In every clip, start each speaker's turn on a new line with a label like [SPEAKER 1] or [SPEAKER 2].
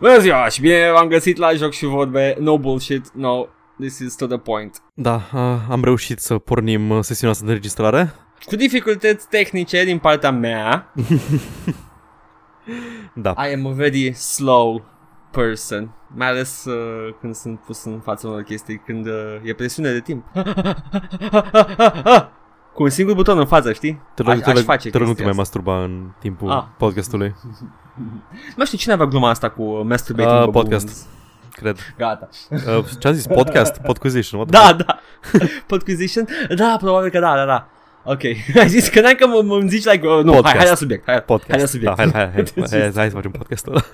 [SPEAKER 1] Bună ziua și bine v-am găsit la Joc și Vorbe. No bullshit, no, this is to the point.
[SPEAKER 2] Da, a, am reușit să pornim uh, sesiunea asta de înregistrare.
[SPEAKER 1] Cu dificultăți tehnice din partea mea,
[SPEAKER 2] Da.
[SPEAKER 1] I am a very slow person. Mai ales uh, când sunt pus în fața unor chestii, când uh, e presiune de timp. Cu un singur buton în față, știi?
[SPEAKER 2] Te rog,
[SPEAKER 1] aș-
[SPEAKER 2] te
[SPEAKER 1] aș
[SPEAKER 2] rog,
[SPEAKER 1] face
[SPEAKER 2] te rog nu te
[SPEAKER 1] chestia
[SPEAKER 2] mai masturba în timpul
[SPEAKER 1] Ah.
[SPEAKER 2] podcastului,
[SPEAKER 1] Nu știu cine avea gluma asta cu masturbating
[SPEAKER 2] Ah,
[SPEAKER 1] baboons.
[SPEAKER 2] podcast. cred.
[SPEAKER 1] Gata.
[SPEAKER 2] Uh, ce-am zis? Podcast? Podquisition? what the
[SPEAKER 1] Da, da. Podquisition? Da, probabil că da, da, da. Ok. Ai zis că n-ai că mă, mă zici like, uh, nu, hai,
[SPEAKER 2] Podcast.
[SPEAKER 1] hai la subiect. Hai,
[SPEAKER 2] Podcast.
[SPEAKER 1] Hai la subiect.
[SPEAKER 2] Da, hai, hai, hai, hai, hai, hai să facem podcastul ăla.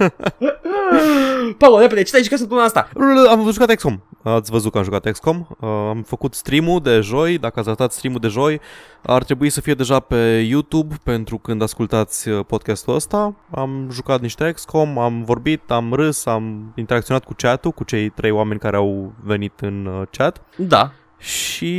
[SPEAKER 1] Paul, repede, ce te-ai jucat săptămâna asta?
[SPEAKER 2] Am jucat XCOM. Ați văzut că am jucat XCOM. Uh, am făcut stream-ul de joi. Dacă ați ratat stream-ul de joi, ar trebui să fie deja pe YouTube pentru când ascultați uh, podcastul ăsta. Am jucat niște XCOM, am vorbit, am râs, am interacționat cu chat-ul, cu cei trei oameni care au venit în uh, chat.
[SPEAKER 1] Da.
[SPEAKER 2] Și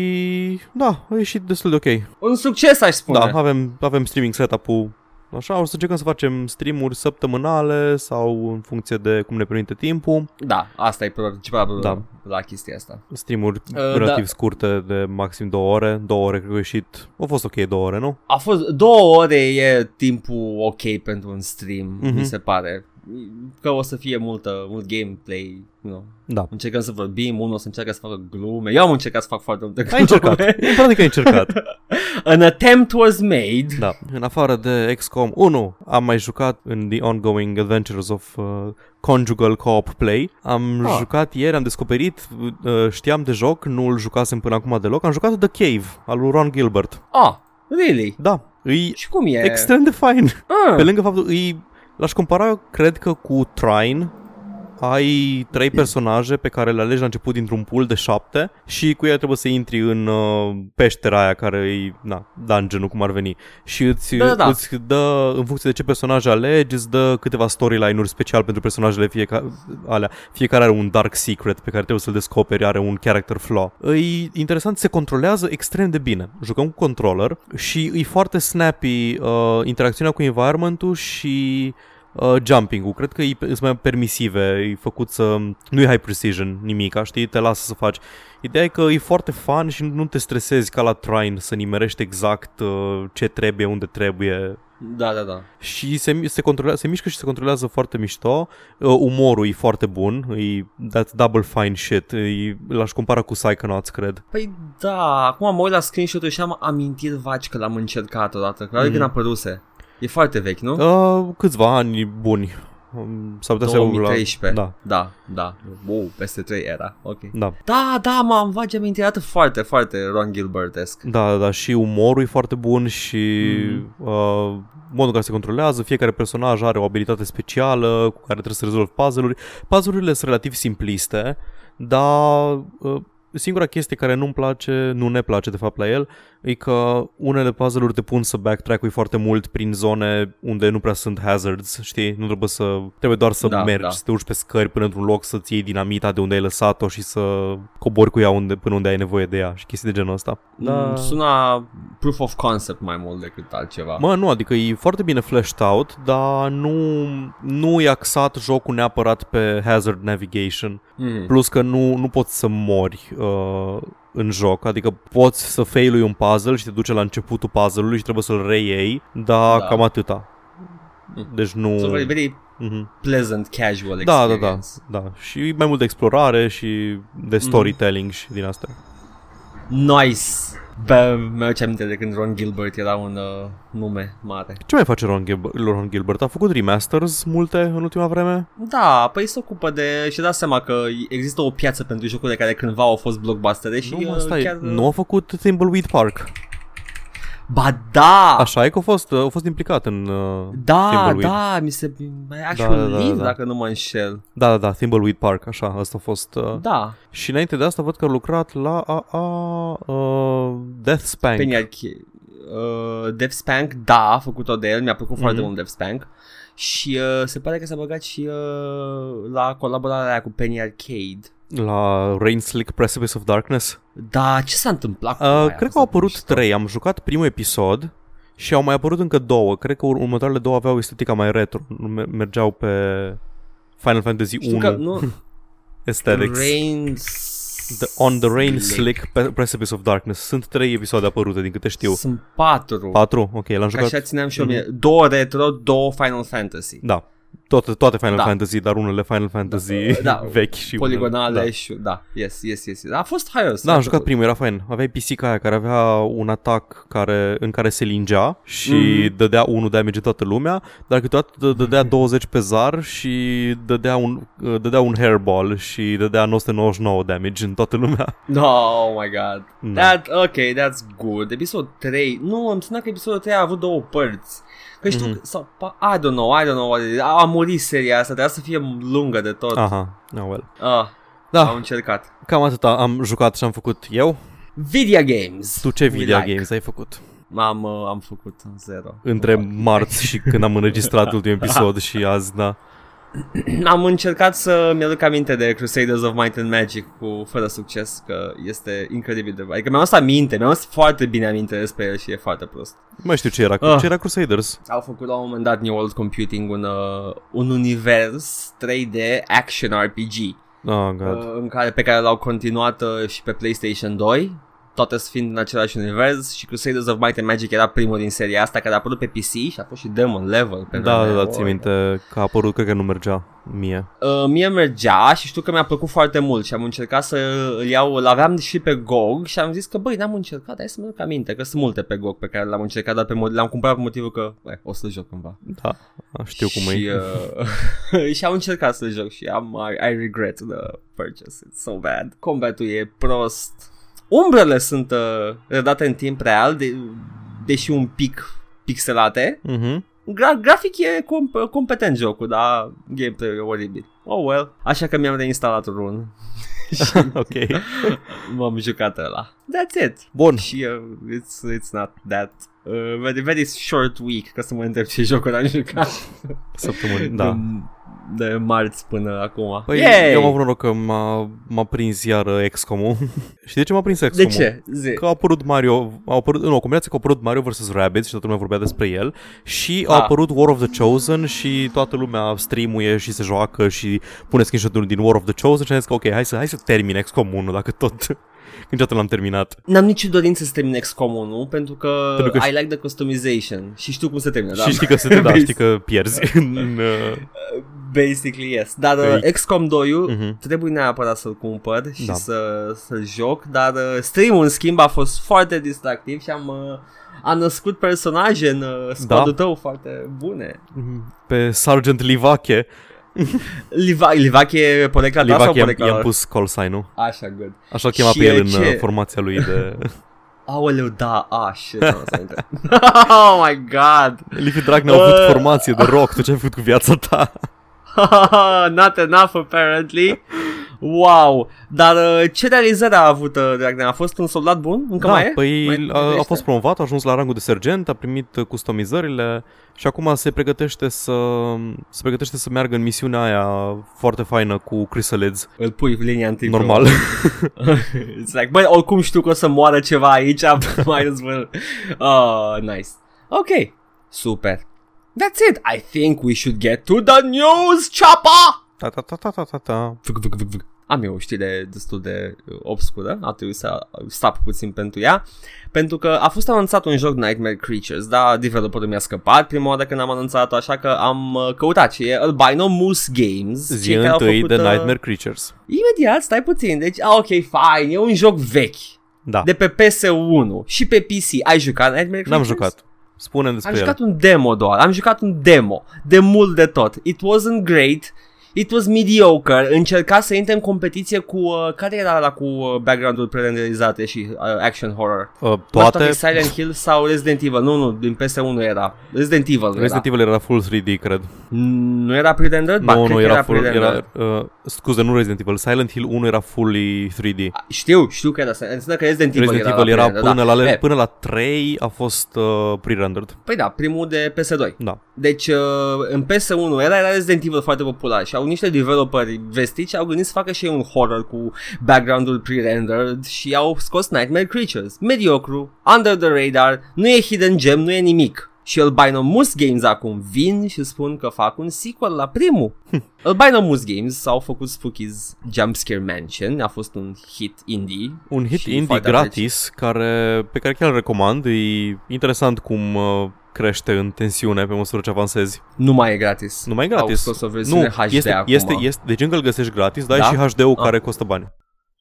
[SPEAKER 2] da, a ieșit destul de ok.
[SPEAKER 1] Un succes, aș spune.
[SPEAKER 2] Da, avem, avem streaming setup-ul Așa, o să încercăm să facem streamuri săptămânale sau în funcție de cum ne permite timpul,
[SPEAKER 1] da asta e probabil principala problemă
[SPEAKER 2] Da.
[SPEAKER 1] la chestia asta.
[SPEAKER 2] streamuri uh,
[SPEAKER 1] da.
[SPEAKER 2] relativ scurte de maxim două ore, două ore cred că a ieșit, au fost ok două ore, nu?
[SPEAKER 1] A fost două ore e timpul ok pentru un stream,
[SPEAKER 2] Mhm.
[SPEAKER 1] mi se pare. Că o să fie multă, mult gameplay, you know.
[SPEAKER 2] Da.
[SPEAKER 1] Încercăm să vorbim, unul o să încearcă să facă glume. Eu am încercat să fac foarte multe glume.
[SPEAKER 2] Ai încercat, practic ai încercat,
[SPEAKER 1] An attempt was made.
[SPEAKER 2] da. În afară de XCOM 1, am mai jucat în The Ongoing Adventures of uh, Conjugal Co-op Play, am
[SPEAKER 1] Ah.
[SPEAKER 2] jucat ieri, am descoperit, uh, știam de joc, nu-l jucasem până acum deloc, am jucat The Cave, al lui Ron Gilbert,
[SPEAKER 1] Ah, really?
[SPEAKER 2] da. Îi
[SPEAKER 1] Și cum e?
[SPEAKER 2] Extrem de fain.
[SPEAKER 1] ah,
[SPEAKER 2] Pe lângă faptul, îi, l-aș compara, cred că, cu Trine. Ai trei personaje pe care le alegi la început dintr-un pool de șapte și cu ele trebuie să intri în uh, peștera aia care e, na, dungeon cum ar veni. Și îți,
[SPEAKER 1] Da, da, da.
[SPEAKER 2] îți dă, în funcție de ce personaj alegi, îți dă câteva storyline-uri special pentru personajele fiecare, alea. Fiecare are un dark secret pe care trebuie să-l descoperi, are un character flaw. E interesant, se controlează extrem de bine. Jucăm cu controller și e foarte snappy uh, interacțiunea cu environment-ul și uh, jumping-ul. Cred că e, sunt mai permisive, e făcut să... Nu e high precision nimica, știi? Te lasă să faci. Ideea e că e foarte fun și nu te stresezi ca la Trine să nimerești exact uh, ce trebuie, unde trebuie.
[SPEAKER 1] da, da, da.
[SPEAKER 2] Și se, mi- se, controlează, se mișcă și se controlează foarte mișto. Uh, umorul e foarte bun. E that double fine shit. E, l-aș compara cu Psychonauts, cred.
[SPEAKER 1] Păi da, acum mă uit la screenshot-ul și am amintit vaci că l-am încercat odată, că mm.
[SPEAKER 2] Mhm.
[SPEAKER 1] când apăruse. E foarte vechi, nu?
[SPEAKER 2] Uh, câțiva ani buni. Um, S-ar putea să iau la...
[SPEAKER 1] 2013.
[SPEAKER 2] Da,
[SPEAKER 1] Da, da. Wow, peste 3 era. Ok.
[SPEAKER 2] da.
[SPEAKER 1] Da, da, m-am vagi amintit foarte, foarte Ron Gilbertesc.
[SPEAKER 2] Da, da, și umorul e foarte bun și mm. uh, modul în care se controlează, fiecare personaj are o abilitate specială cu care trebuie să rezolvi puzzle-uri. Puzzle-urile sunt relativ simpliste, dar uh, singura chestie care nu-mi place, nu ne place de fapt la el, e că unele puzzle-uri te pun să backtrack-ui foarte mult prin zone unde nu prea sunt hazards, știi? Nu trebuie să... Trebuie doar să
[SPEAKER 1] Da,
[SPEAKER 2] da, mergi,
[SPEAKER 1] da.
[SPEAKER 2] da. să te urci pe scări până într-un loc, să-ți iei dinamita de unde ai lăsat-o și să cobori cu ea unde, până unde ai nevoie de ea și chestii de genul ăsta.
[SPEAKER 1] Mm, Suna proof of concept mai mult decât altceva.
[SPEAKER 2] Mă, nu, adică e foarte bine fleshed out, dar nu, nu e axat jocul neapărat pe hazard navigation.
[SPEAKER 1] mm.
[SPEAKER 2] Plus că nu, nu poți să mori uh, în joc, adică poți să failui un puzzle și te duce la începutul puzzle-ului și trebuie să-l reiei, dar
[SPEAKER 1] Da.
[SPEAKER 2] da. cam atâta.
[SPEAKER 1] Mm.
[SPEAKER 2] Deci nu...
[SPEAKER 1] So very, very
[SPEAKER 2] Mhm.
[SPEAKER 1] pleasant casual
[SPEAKER 2] Da, da,
[SPEAKER 1] experience.
[SPEAKER 2] da, da. Și mai mult de explorare și
[SPEAKER 1] Mm-hmm.
[SPEAKER 2] de storytelling și din asta.
[SPEAKER 1] Nice. Bă, mi-aduce aminte de când Ron Gilbert era un uh, nume mare.
[SPEAKER 2] Ce mai face Ron, Gilbert? Ron Gilbert? A făcut remasters multe în ultima vreme?
[SPEAKER 1] Da, păi se ocupă de... și da seama că există o piață pentru jocurile care cândva au fost blockbustere și
[SPEAKER 2] nu, mă,
[SPEAKER 1] uh,
[SPEAKER 2] stai,
[SPEAKER 1] chiar...
[SPEAKER 2] nu a făcut Thimbleweed Park.
[SPEAKER 1] Ba da!
[SPEAKER 2] Așa e că a fost, a fost implicat în... uh,
[SPEAKER 1] Da,
[SPEAKER 2] Thimbleweed.
[SPEAKER 1] da, mi se... Actual da,
[SPEAKER 2] da,
[SPEAKER 1] da,
[SPEAKER 2] da.
[SPEAKER 1] dacă nu mă înșel.
[SPEAKER 2] Da, da, da, Thimbleweed Park, așa, asta a fost. Uh,
[SPEAKER 1] Da,
[SPEAKER 2] și înainte de asta văd că a lucrat la a, a, uh, Death Spank.
[SPEAKER 1] Peniac. Uh, Dev Spank, da, a făcut-o de el, mi-a plăcut mm-hmm. foarte
[SPEAKER 2] Mhm.
[SPEAKER 1] mult Dev Spank. Și uh, se pare că s-a băgat și uh, la colaborarea aia cu Penny Arcade.
[SPEAKER 2] La Rain Slick Precipice of Darkness.
[SPEAKER 1] Da, ce s-a întâmplat cu aia?
[SPEAKER 2] Uh, cred că au
[SPEAKER 1] Asta
[SPEAKER 2] apărut
[SPEAKER 1] mișto.
[SPEAKER 2] trei, am jucat primul episod și au mai apărut încă două. Cred că ur- următoarele două aveau estetica mai retro, mer- mergeau pe Final Fantasy
[SPEAKER 1] Știu că
[SPEAKER 2] 1
[SPEAKER 1] nu...
[SPEAKER 2] aesthetics.
[SPEAKER 1] Rain...
[SPEAKER 2] The, on the Rain Slick Pe- Precipice of Darkness. Sunt trei episoade apărute, din câte știu.
[SPEAKER 1] Sunt patru.
[SPEAKER 2] Patru? Mhm. Ok, l-am jucat.
[SPEAKER 1] Așa țineam și eu mie. Două retro, două Final Fantasy.
[SPEAKER 2] Da. Toate, toate Final
[SPEAKER 1] Da.
[SPEAKER 2] Fantasy, dar unele Final Fantasy
[SPEAKER 1] da,
[SPEAKER 2] vechi și unele-
[SPEAKER 1] Poligonale
[SPEAKER 2] Da.
[SPEAKER 1] și... Da, yes, yes, yes. A fost haios.
[SPEAKER 2] Da,
[SPEAKER 1] foarte
[SPEAKER 2] am jucat
[SPEAKER 1] cool.
[SPEAKER 2] primul, era fain. Aveai pisica aia care avea un atac care, în care se lingea și
[SPEAKER 1] Mhm.
[SPEAKER 2] mm-hmm. dădea unul damage toată lumea, dar câteodată dă- dădea 20 pe zar și dădea un, dădea un hairball și dădea 999 damage în toată lumea.
[SPEAKER 1] No, oh my god.
[SPEAKER 2] Da.
[SPEAKER 1] That, ok, that's good. Episodul 3. Nu, am sunat că episodul 3 a avut două părți. Că știu,
[SPEAKER 2] Mhm.
[SPEAKER 1] mm-hmm. sau, pa- I don't know, I don't know, what it is. a, a murit seria asta, trebuia să fie lungă de tot. Ah.
[SPEAKER 2] Aha, oh, well.
[SPEAKER 1] Ah, au
[SPEAKER 2] Da,
[SPEAKER 1] încercat.
[SPEAKER 2] cam atâta am jucat și am făcut eu.
[SPEAKER 1] Video games.
[SPEAKER 2] Tu ce
[SPEAKER 1] We
[SPEAKER 2] video
[SPEAKER 1] like.
[SPEAKER 2] games ai făcut?
[SPEAKER 1] Am, uh, am făcut în zero.
[SPEAKER 2] Între marți și când am înregistrat ultimul episod și azi, da.
[SPEAKER 1] Am încercat să mi-aduc aminte de Crusaders of Might and Magic cu fără succes, că este incredibil de... Adică mi-am adus aminte, mi-am adus foarte bine aminte despre el și e foarte prost.
[SPEAKER 2] Nu mai știu ce era,
[SPEAKER 1] Ah.
[SPEAKER 2] ce era Crusaders.
[SPEAKER 1] Au făcut la un moment dat New World Computing un, uh, un univers 3D action RPG
[SPEAKER 2] Oh,
[SPEAKER 1] uh,
[SPEAKER 2] God.
[SPEAKER 1] în care, pe care l-au continuat uh, și pe PlayStation 2 toate fiind în același univers și Crusaders of Might and Magic era primul din seria asta care a apărut pe PC și a fost și Demon Level pe
[SPEAKER 2] Da, da,
[SPEAKER 1] vremea
[SPEAKER 2] da,
[SPEAKER 1] aia.
[SPEAKER 2] ții minte că a apărut, cred că nu mergea mie.
[SPEAKER 1] Uh, mie mergea și știu că mi-a plăcut foarte mult și am încercat să îl iau, îl aveam și pe GOG și am zis că băi, n-am încercat, hai să-mi aduc aminte, că sunt multe pe GOG pe care l-am încercat, dar pe mod- l-am cumpărat pe motivul că bă, o să joc cândva.
[SPEAKER 2] Da, știu cum
[SPEAKER 1] și,
[SPEAKER 2] e.
[SPEAKER 1] Uh, și am încercat să joc și am, I, I regret the purchase, it's so bad. Combatul e prost. Umbrele sunt uh, redate în timp real, de, deși un pic pixelate.
[SPEAKER 2] Mhm.
[SPEAKER 1] Gra- grafic e comp- competent jocul, dar gameplay e oribil. Oh well. Așa că mi-am reinstalat Run. și
[SPEAKER 2] Ok.
[SPEAKER 1] m-am jucat ăla. That's it.
[SPEAKER 2] Bun.
[SPEAKER 1] Și uh, it's, it's not that. Uh, very, very short week, ca să mă întreb ce jocuri am jucat.
[SPEAKER 2] Săptămâni, da.
[SPEAKER 1] De, de marți până acum.
[SPEAKER 2] Păi
[SPEAKER 1] Yay!
[SPEAKER 2] eu am avut noroc că m-a, m-a prins iar uh, XCOM-ul. și de ce m-a prins
[SPEAKER 1] De
[SPEAKER 2] XCOM-ul?
[SPEAKER 1] ce? Zi.
[SPEAKER 2] Că a apărut Mario, a apărut, nu, o combinație că a apărut Mario vs. Rabbids și toată lumea vorbea despre el și a
[SPEAKER 1] Ah.
[SPEAKER 2] apărut War of the Chosen și toată lumea streamuie și se joacă și pune screenshot-ul din War of the Chosen și am zis că ok, hai să, hai să termin XCOM 1 dacă tot, că niciodată l-am terminat.
[SPEAKER 1] N-am nicio dorință să termin XCOM 1 pentru că,
[SPEAKER 2] Pentru că
[SPEAKER 1] I like the customization și știu cum se termină.
[SPEAKER 2] și
[SPEAKER 1] Da?
[SPEAKER 2] știi că, se, da,
[SPEAKER 1] Vezi.
[SPEAKER 2] știi că pierzi în, uh,
[SPEAKER 1] Basically yes. Dar uh,
[SPEAKER 2] Ei.
[SPEAKER 1] XCOM 2
[SPEAKER 2] Mhm.
[SPEAKER 1] trebuie neapărat să-l cumpăr și
[SPEAKER 2] Da.
[SPEAKER 1] să, să-l joc, dar uh, stream-ul în schimb a fost foarte distractiv și am... Uh, am născut personaje în
[SPEAKER 2] Da.
[SPEAKER 1] uh, squad-ul tău foarte bune.
[SPEAKER 2] pe Sergeant Livache.
[SPEAKER 1] Liva- Livache e porecla ta Da, sau
[SPEAKER 2] Livache i-am,
[SPEAKER 1] porecla
[SPEAKER 2] i-am pus call sign-ul.
[SPEAKER 1] Așa, good.
[SPEAKER 2] Așa chema
[SPEAKER 1] Și,
[SPEAKER 2] pe el în
[SPEAKER 1] uh,
[SPEAKER 2] uh,
[SPEAKER 1] ce-
[SPEAKER 2] formația lui de...
[SPEAKER 1] Aoleu, da, a, shit, am să intre. Oh my god
[SPEAKER 2] Liviu Dragnea a avut
[SPEAKER 1] Uh.
[SPEAKER 2] formație de rock, tu ce ai făcut cu viața ta?
[SPEAKER 1] Not enough apparently Wow Dar uh, ce realizări a avut uh, Dragnea? A fost un soldat bun? Încă mai e?
[SPEAKER 2] păi
[SPEAKER 1] Mai
[SPEAKER 2] a, a
[SPEAKER 1] trăiește?
[SPEAKER 2] fost promovat, a ajuns la rangul de sergent, a primit uh, customizările și acum se pregătește să um, se pregătește să meargă în misiunea aia foarte faină cu chrysalids,
[SPEAKER 1] Îl pui în linia întâi
[SPEAKER 2] normal.
[SPEAKER 1] It's like, băi, oricum știu că o să moară ceva aici Mai as well uh, Nice Ok Super That's it I think we should get to the news Chapa
[SPEAKER 2] ta ta ta ta ta ta ta.
[SPEAKER 1] Vâc, vâc, vâc, vâc. Am eu o știre destul de uh, obscură, a trebuit să stap puțin pentru ea, pentru că a fost anunțat un joc Nightmare Creatures, dar developerul mi-a scăpat prima oară când am anunțat-o, așa că am uh, căutat și e Albino Moose Games.
[SPEAKER 2] Zi
[SPEAKER 1] cei care au
[SPEAKER 2] întâi de
[SPEAKER 1] uh,
[SPEAKER 2] Nightmare Creatures.
[SPEAKER 1] Imediat, stai puțin, deci, ah, ok, fine, e un joc vechi,
[SPEAKER 2] Da,
[SPEAKER 1] de pe PS1 și pe PC. Ai jucat Nightmare Creatures?
[SPEAKER 2] n-am jucat. Spune
[SPEAKER 1] Am
[SPEAKER 2] despre el.
[SPEAKER 1] jucat un demo doar, am jucat un demo, de mult de tot. It wasn't great, it was mediocre, încerca să intre în competiție cu, uh, care era la cu uh, background-uri prerenderizate și uh, action horror?
[SPEAKER 2] Uh,
[SPEAKER 1] Nu știu dacă
[SPEAKER 2] toate
[SPEAKER 1] e Silent Hill sau Resident Evil, nu, nu, din PS1 era. Resident Evil era.
[SPEAKER 2] Resident Evil era full 3D, cred.
[SPEAKER 1] Nu era pre-rendered? da. Ba, cred
[SPEAKER 2] nu, nu,
[SPEAKER 1] că da.
[SPEAKER 2] era, full,
[SPEAKER 1] pre-rendered.
[SPEAKER 2] era, uh, scuze, nu Resident Evil, Silent Hill 1 era fully 3D.
[SPEAKER 1] Știu, știu că era, înseamnă că Resident Evil
[SPEAKER 2] Resident
[SPEAKER 1] era,
[SPEAKER 2] Evil
[SPEAKER 1] la
[SPEAKER 2] era
[SPEAKER 1] pre-rendered,
[SPEAKER 2] până la,
[SPEAKER 1] da.
[SPEAKER 2] le-
[SPEAKER 1] Eh,
[SPEAKER 2] până la 3 a fost uh, pre-rendered.
[SPEAKER 1] Păi da, primul de PS2.
[SPEAKER 2] Da.
[SPEAKER 1] Deci uh, în PS1 era, era Resident Evil foarte popular și au niște developeri vestiți și au gândit să facă și ei un horror cu background-ul pre-rendered și au scos Nightmare Creatures. Mediocru, under the radar, nu e hidden gem, nu e nimic. Și Albinomus Games acum vin și spun că fac un sequel la primul. Albinomus Games s-au făcut Spooky's Jumpscare Mansion, a fost un hit indie.
[SPEAKER 2] Un hit
[SPEAKER 1] și
[SPEAKER 2] indie
[SPEAKER 1] foarte
[SPEAKER 2] gratis care, pe care chiar îl recomand. E interesant cum uh, crește în tensiune pe măsură ce avansezi.
[SPEAKER 1] Nu mai e gratis.
[SPEAKER 2] Nu mai e
[SPEAKER 1] Au
[SPEAKER 2] gratis.
[SPEAKER 1] scos o versiune
[SPEAKER 2] Nu,
[SPEAKER 1] HD
[SPEAKER 2] este,
[SPEAKER 1] acum.
[SPEAKER 2] este, este, deci încă îl găsești gratis, dar da?
[SPEAKER 1] Da?
[SPEAKER 2] și HD-ul
[SPEAKER 1] Ah.
[SPEAKER 2] care costă bani.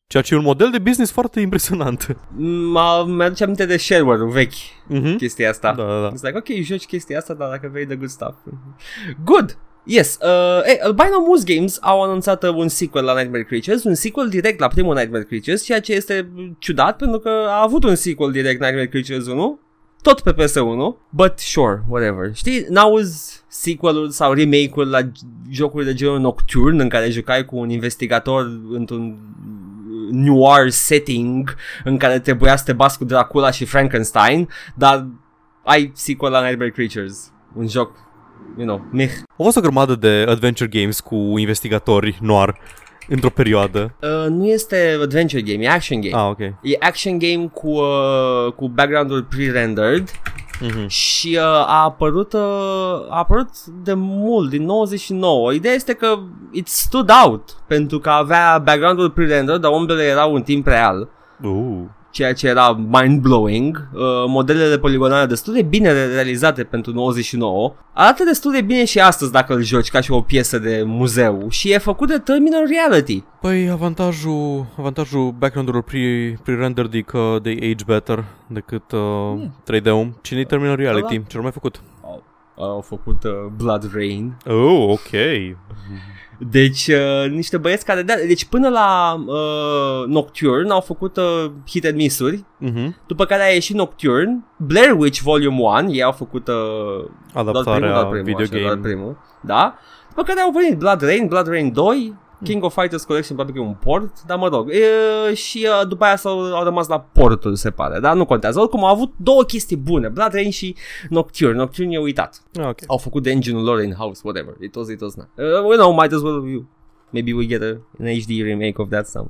[SPEAKER 2] Ceea ce e un model de business foarte impresionant.
[SPEAKER 1] Mă mi-aduce aminte de shareware-ul vechi,
[SPEAKER 2] Mhm.
[SPEAKER 1] chestia asta.
[SPEAKER 2] Da, da, da.
[SPEAKER 1] It's like, ok, joci chestia asta, dar dacă vei de good stuff. Good! Yes, uh, hey, Albino Moose Games au anunțat uh, un sequel la Nightmare Creatures, un sequel direct la primul Nightmare Creatures, ceea ce este ciudat pentru că a avut un sequel direct Nightmare Creatures 1, tot pe PS1, but sure, whatever. Știi, n-auzi sequel-ul sau remake-ul la jocuri de genul Nocturne în care jucai cu un investigator într-un noir setting în care trebuia să te bați cu Dracula și Frankenstein, dar ai sequel la Nightmare Creatures, un joc, you know, meh.
[SPEAKER 2] Au fost o grămadă de adventure games cu investigatori noir într-o perioadă.
[SPEAKER 1] Uh, nu este adventure game, e action game.
[SPEAKER 2] Ah, ok.
[SPEAKER 1] E action game cu, uh, cu background-ul pre-rendered
[SPEAKER 2] Mhm.
[SPEAKER 1] și uh, a apărut uh, a apărut de mult, din 99. Ideea este că it stood out pentru că avea background-ul pre-rendered, dar ombrele erau în timp real.
[SPEAKER 2] Uh.
[SPEAKER 1] ceea ce era mind-blowing, uh, modelele poligonale destul de bine re- realizate pentru 99, arată destul de bine și astăzi dacă îl joci ca și o piesă de muzeu și e făcut de Terminal Reality.
[SPEAKER 2] Păi avantajul, avantajul background-urilor pre, pre-rendered e că they age better decât uh, 3D-ul. Cine-i Terminal Reality?
[SPEAKER 1] Ăla.
[SPEAKER 2] Ce mai făcut?
[SPEAKER 1] Uh, Au făcut uh, Blood Rain.
[SPEAKER 2] Oh, ok.
[SPEAKER 1] Deci, uh, niște băieți care... De- deci, până la uh, Nocturne au făcut uh, hit and miss-uri.
[SPEAKER 2] Mm-hmm.
[SPEAKER 1] După care a ieșit Nocturne, Blair Witch Volume 1, ei au făcut uh,
[SPEAKER 2] Adaptarea
[SPEAKER 1] doar primul, doar primul, așa, doar
[SPEAKER 2] videogame.
[SPEAKER 1] primul, da? După care au venit Blood Rain, Blood Rain 2, King of Fighters Collection, probabil că e un port, dar mă rog. E, și e, după aia s-au, au rămas la portul, se pare, dar nu contează. Oricum, au avut două chestii bune, Blood Rain și Nocturne. Nocturne e uitat.
[SPEAKER 2] Ah, okay.
[SPEAKER 1] Au făcut de engine-ul lor in-house, whatever. It was, it was not. Uh, you know, might as well you. Maybe we get a, an HD remake of that some.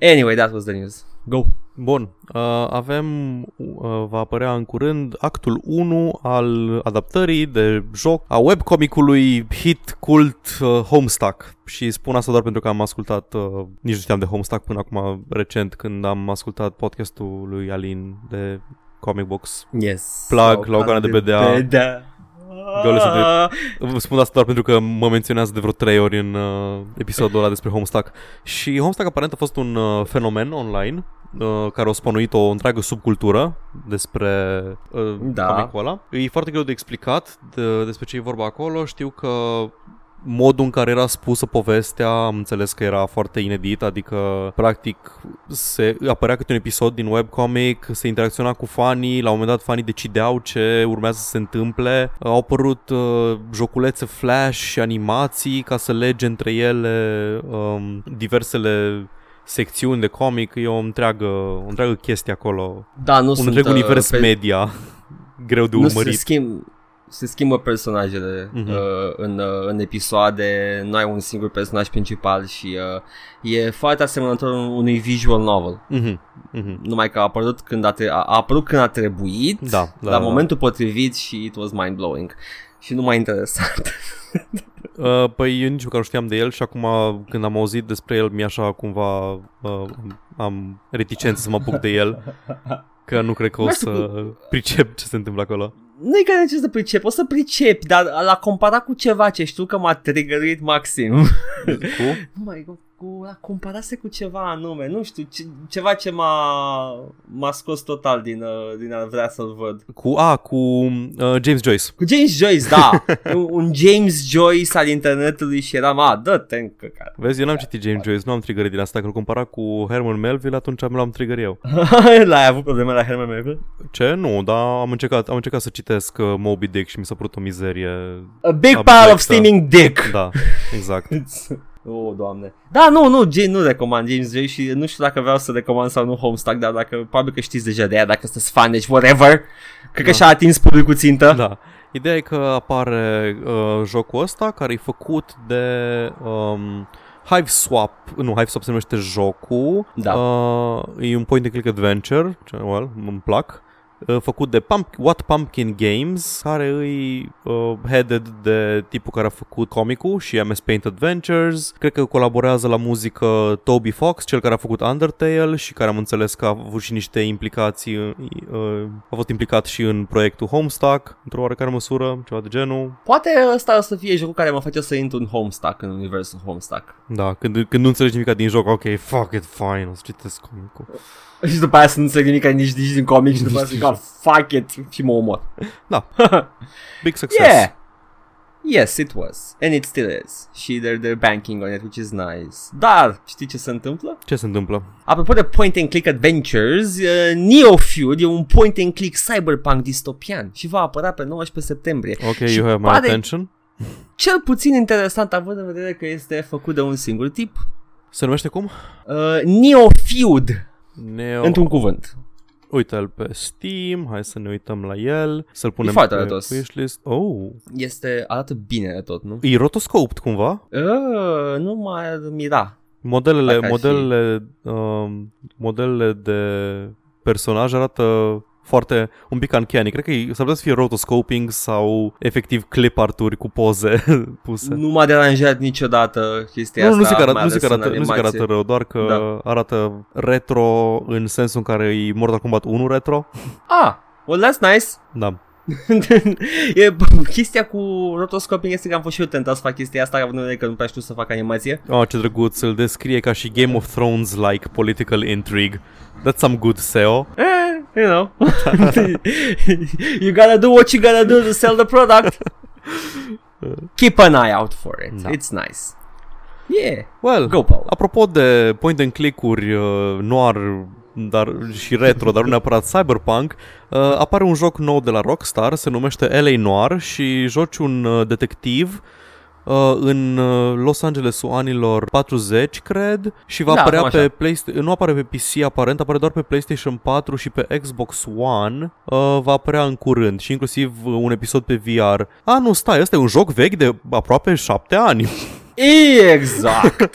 [SPEAKER 1] Anyway, that was the news. Go.
[SPEAKER 2] Bun, uh, avem, uh, va apărea în curând actul 1 al adaptării de joc a webcomicului hit cult uh, Homestuck și spun asta doar pentru că am ascultat, uh, nici nu știam de Homestuck până acum recent când am ascultat podcastul lui Alin de Comic Box.
[SPEAKER 1] Yes.
[SPEAKER 2] Plug, la o cană de BDA.
[SPEAKER 1] BDA.
[SPEAKER 2] Găule să te- Vă spun asta doar pentru că mă menționează de vreo 3 ori în uh, episodul ăla despre Homestuck. Și Homestuck aparent a fost un uh, fenomen online uh, care a spănuit o întreagă subcultură despre uh,
[SPEAKER 1] Da.
[SPEAKER 2] comicul ăla. E foarte greu de explicat de, despre ce e vorba acolo. Știu că modul în care era spusă povestea, am înțeles că era foarte inedit, adică practic se apărea câte un episod din webcomic, se interacționa cu fanii, la un moment dat fanii decideau ce urmează să se întâmple. Au apărut uh, joculețe flash și animații ca să lege între ele um, diversele secțiuni de comic, e o întreagă, o întreagă chestie acolo,
[SPEAKER 1] Da, nu
[SPEAKER 2] un
[SPEAKER 1] sunt...
[SPEAKER 2] întreg
[SPEAKER 1] uh,
[SPEAKER 2] univers
[SPEAKER 1] pe-
[SPEAKER 2] media greu de
[SPEAKER 1] nu se,
[SPEAKER 2] urmărit.
[SPEAKER 1] schimb, se schimbă personajele
[SPEAKER 2] Mhm.
[SPEAKER 1] uh, în, uh, în episoade, nu ai un singur personaj principal și uh, e foarte asemănător unui visual novel.
[SPEAKER 2] Mhm, mhm.
[SPEAKER 1] Numai că a apărut când a, tre- a a apărut când a trebuit,
[SPEAKER 2] Da, da,
[SPEAKER 1] la
[SPEAKER 2] da, da.
[SPEAKER 1] momentul potrivit și it was mind-blowing. Și nu m-a interesat.
[SPEAKER 2] Uh, Păi eu nici măcar nu știam de el și acum când am auzit despre el mi așa cumva uh, am reticență să mă apuc de el că nu cred că o
[SPEAKER 1] Mai știu
[SPEAKER 2] să pricep ce se întâmplă acolo.
[SPEAKER 1] Nu e că necesită să pricep, o să pricepi, dar la compara cu ceva ce știu că m-a triggerit maxim.
[SPEAKER 2] Cu?
[SPEAKER 1] Nu mai cu- cu, la comparase cu ceva anume, nu știu, ce, ceva ce m-a, m-a scos total din, uh, din a vrea să-l văd.
[SPEAKER 2] Cu A, cu uh, James Joyce.
[SPEAKER 1] Cu James Joyce, da, un, un James Joyce al internetului și eram, a, dă-te în căcat.
[SPEAKER 2] Vezi, eu n-am citit James Joyce, nu am trigărit din asta. Dacă îl compara cu Herman Melville, atunci am l-am trigger eu.
[SPEAKER 1] L-ai avut probleme la Herman Melville?
[SPEAKER 2] Ce? Nu, dar am încercat, am încercat să citesc uh, Moby Dick și mi s-a părut o mizerie.
[SPEAKER 1] A big
[SPEAKER 2] A
[SPEAKER 1] pile
[SPEAKER 2] Black
[SPEAKER 1] of steaming dick.
[SPEAKER 2] Da, exact.
[SPEAKER 1] oh, doamne. Da, nu, nu, Jane, nu recomand James Joyce și nu știu dacă vreau să recomand sau nu Homestuck, dar dacă, probabil că știți deja de ea, dacă sunteți fan, deci whatever. Cred că
[SPEAKER 2] Da.
[SPEAKER 1] și-a atins publicul țintă.
[SPEAKER 2] Da. Ideea e că apare uh, jocul ăsta care e făcut de um, Hive Swap. Nu, Hive Swap se numește jocul.
[SPEAKER 1] Da.
[SPEAKER 2] Uh, e un point and click adventure. ce- Well, îmi plac. făcut de Pump- What Pumpkin Games, care îi uh, headed de tipul care a făcut comicul și MS Paint Adventures. Cred că colaborează la muzică Toby Fox, cel care a făcut Undertale și care am înțeles că a avut și niște implicații, uh, a fost implicat și în proiectul Homestuck, într-o oarecare măsură, ceva de genul.
[SPEAKER 1] Poate ăsta o să fie jocul care mă face să intru în Homestuck, în universul Homestuck.
[SPEAKER 2] Da, când, când nu înțelegi nimic din joc, ok, fuck it, fine, o să citesc comicul.
[SPEAKER 1] Și după aia să nu înțeleg nimic nici, nici din comic și după aia să zic, "Ah, fuck it, și mă omor.
[SPEAKER 2] Da. Big success.
[SPEAKER 1] yeah! Yes, it was. And it still is. Și they're, they're banking on it, which is nice. Dar, știi ce se întâmplă?
[SPEAKER 2] Ce se întâmplă?
[SPEAKER 1] Apropo de Point and Click Adventures, uh, Neo Feud e un point and click cyberpunk distopian și va apărea pe 19 septembrie.
[SPEAKER 2] Ok,
[SPEAKER 1] Și
[SPEAKER 2] you have my
[SPEAKER 1] pare-
[SPEAKER 2] attention.
[SPEAKER 1] Cel puțin interesant, având în vedere că este făcut de un singur tip.
[SPEAKER 2] Se numește cum?
[SPEAKER 1] Uh, Neo Feud,
[SPEAKER 2] Neo...
[SPEAKER 1] într-un cuvânt.
[SPEAKER 2] Uită-l pe Steam, hai să ne uităm la el, să-l punem
[SPEAKER 1] foarte
[SPEAKER 2] pe
[SPEAKER 1] arătos.
[SPEAKER 2] wishlist. Oh,
[SPEAKER 1] Este, arată bine de tot, nu?
[SPEAKER 2] e rotoscoped cumva?
[SPEAKER 1] Uh, nu m-ar mira.
[SPEAKER 2] Modelele,
[SPEAKER 1] Dacă ar fi.
[SPEAKER 2] modelele, um, modelele de personaj arată foarte, un pic uncanny. Cred că e- s-ar putea să fie rotoscoping sau efectiv clip arturi cu poze puse.
[SPEAKER 1] Nu m-a deranjat niciodată chestia
[SPEAKER 2] Nu, nu,
[SPEAKER 1] asta.
[SPEAKER 2] zic că arată,
[SPEAKER 1] mai
[SPEAKER 2] nu, zic că
[SPEAKER 1] ales în
[SPEAKER 2] arată, nu zic că
[SPEAKER 1] animație.
[SPEAKER 2] arată rău, doar că
[SPEAKER 1] Da.
[SPEAKER 2] arată retro în sensul în care e Mortal Kombat 1 retro.
[SPEAKER 1] Ah, well, that's nice.
[SPEAKER 2] Da.
[SPEAKER 1] e, chestia cu rotoscoping este că am fost și eu tentat să fac chestia asta, având în vedere că nu prea știu să fac animație.
[SPEAKER 2] Oh, ce drăguț, îl descrie ca și Game of Thrones-like political intrigue. That's some good SEO.
[SPEAKER 1] Eh, you know. you gotta do what you gotta do to sell the product. Keep an eye out for it.
[SPEAKER 2] Da.
[SPEAKER 1] It's nice. Yeah,
[SPEAKER 2] Well,
[SPEAKER 1] go, Paul.
[SPEAKER 2] apropo de point and click-uri uh, noir dar și retro, dar nu neapărat cyberpunk, uh, apare un joc nou de la Rockstar, se numește LA Noir și joci un uh, detectiv uh, în uh, Los Angelesul anilor 40, cred, și va
[SPEAKER 1] Da,
[SPEAKER 2] apărea
[SPEAKER 1] cam
[SPEAKER 2] pe
[SPEAKER 1] așa.
[SPEAKER 2] PlayStation, nu apare pe PC aparent, apare doar pe PlayStation 4 și pe Xbox One, uh, va apărea în curând și inclusiv uh, un episod pe VR. A, nu, stai, ăsta e un joc vechi de aproape șapte ani.
[SPEAKER 1] Exact.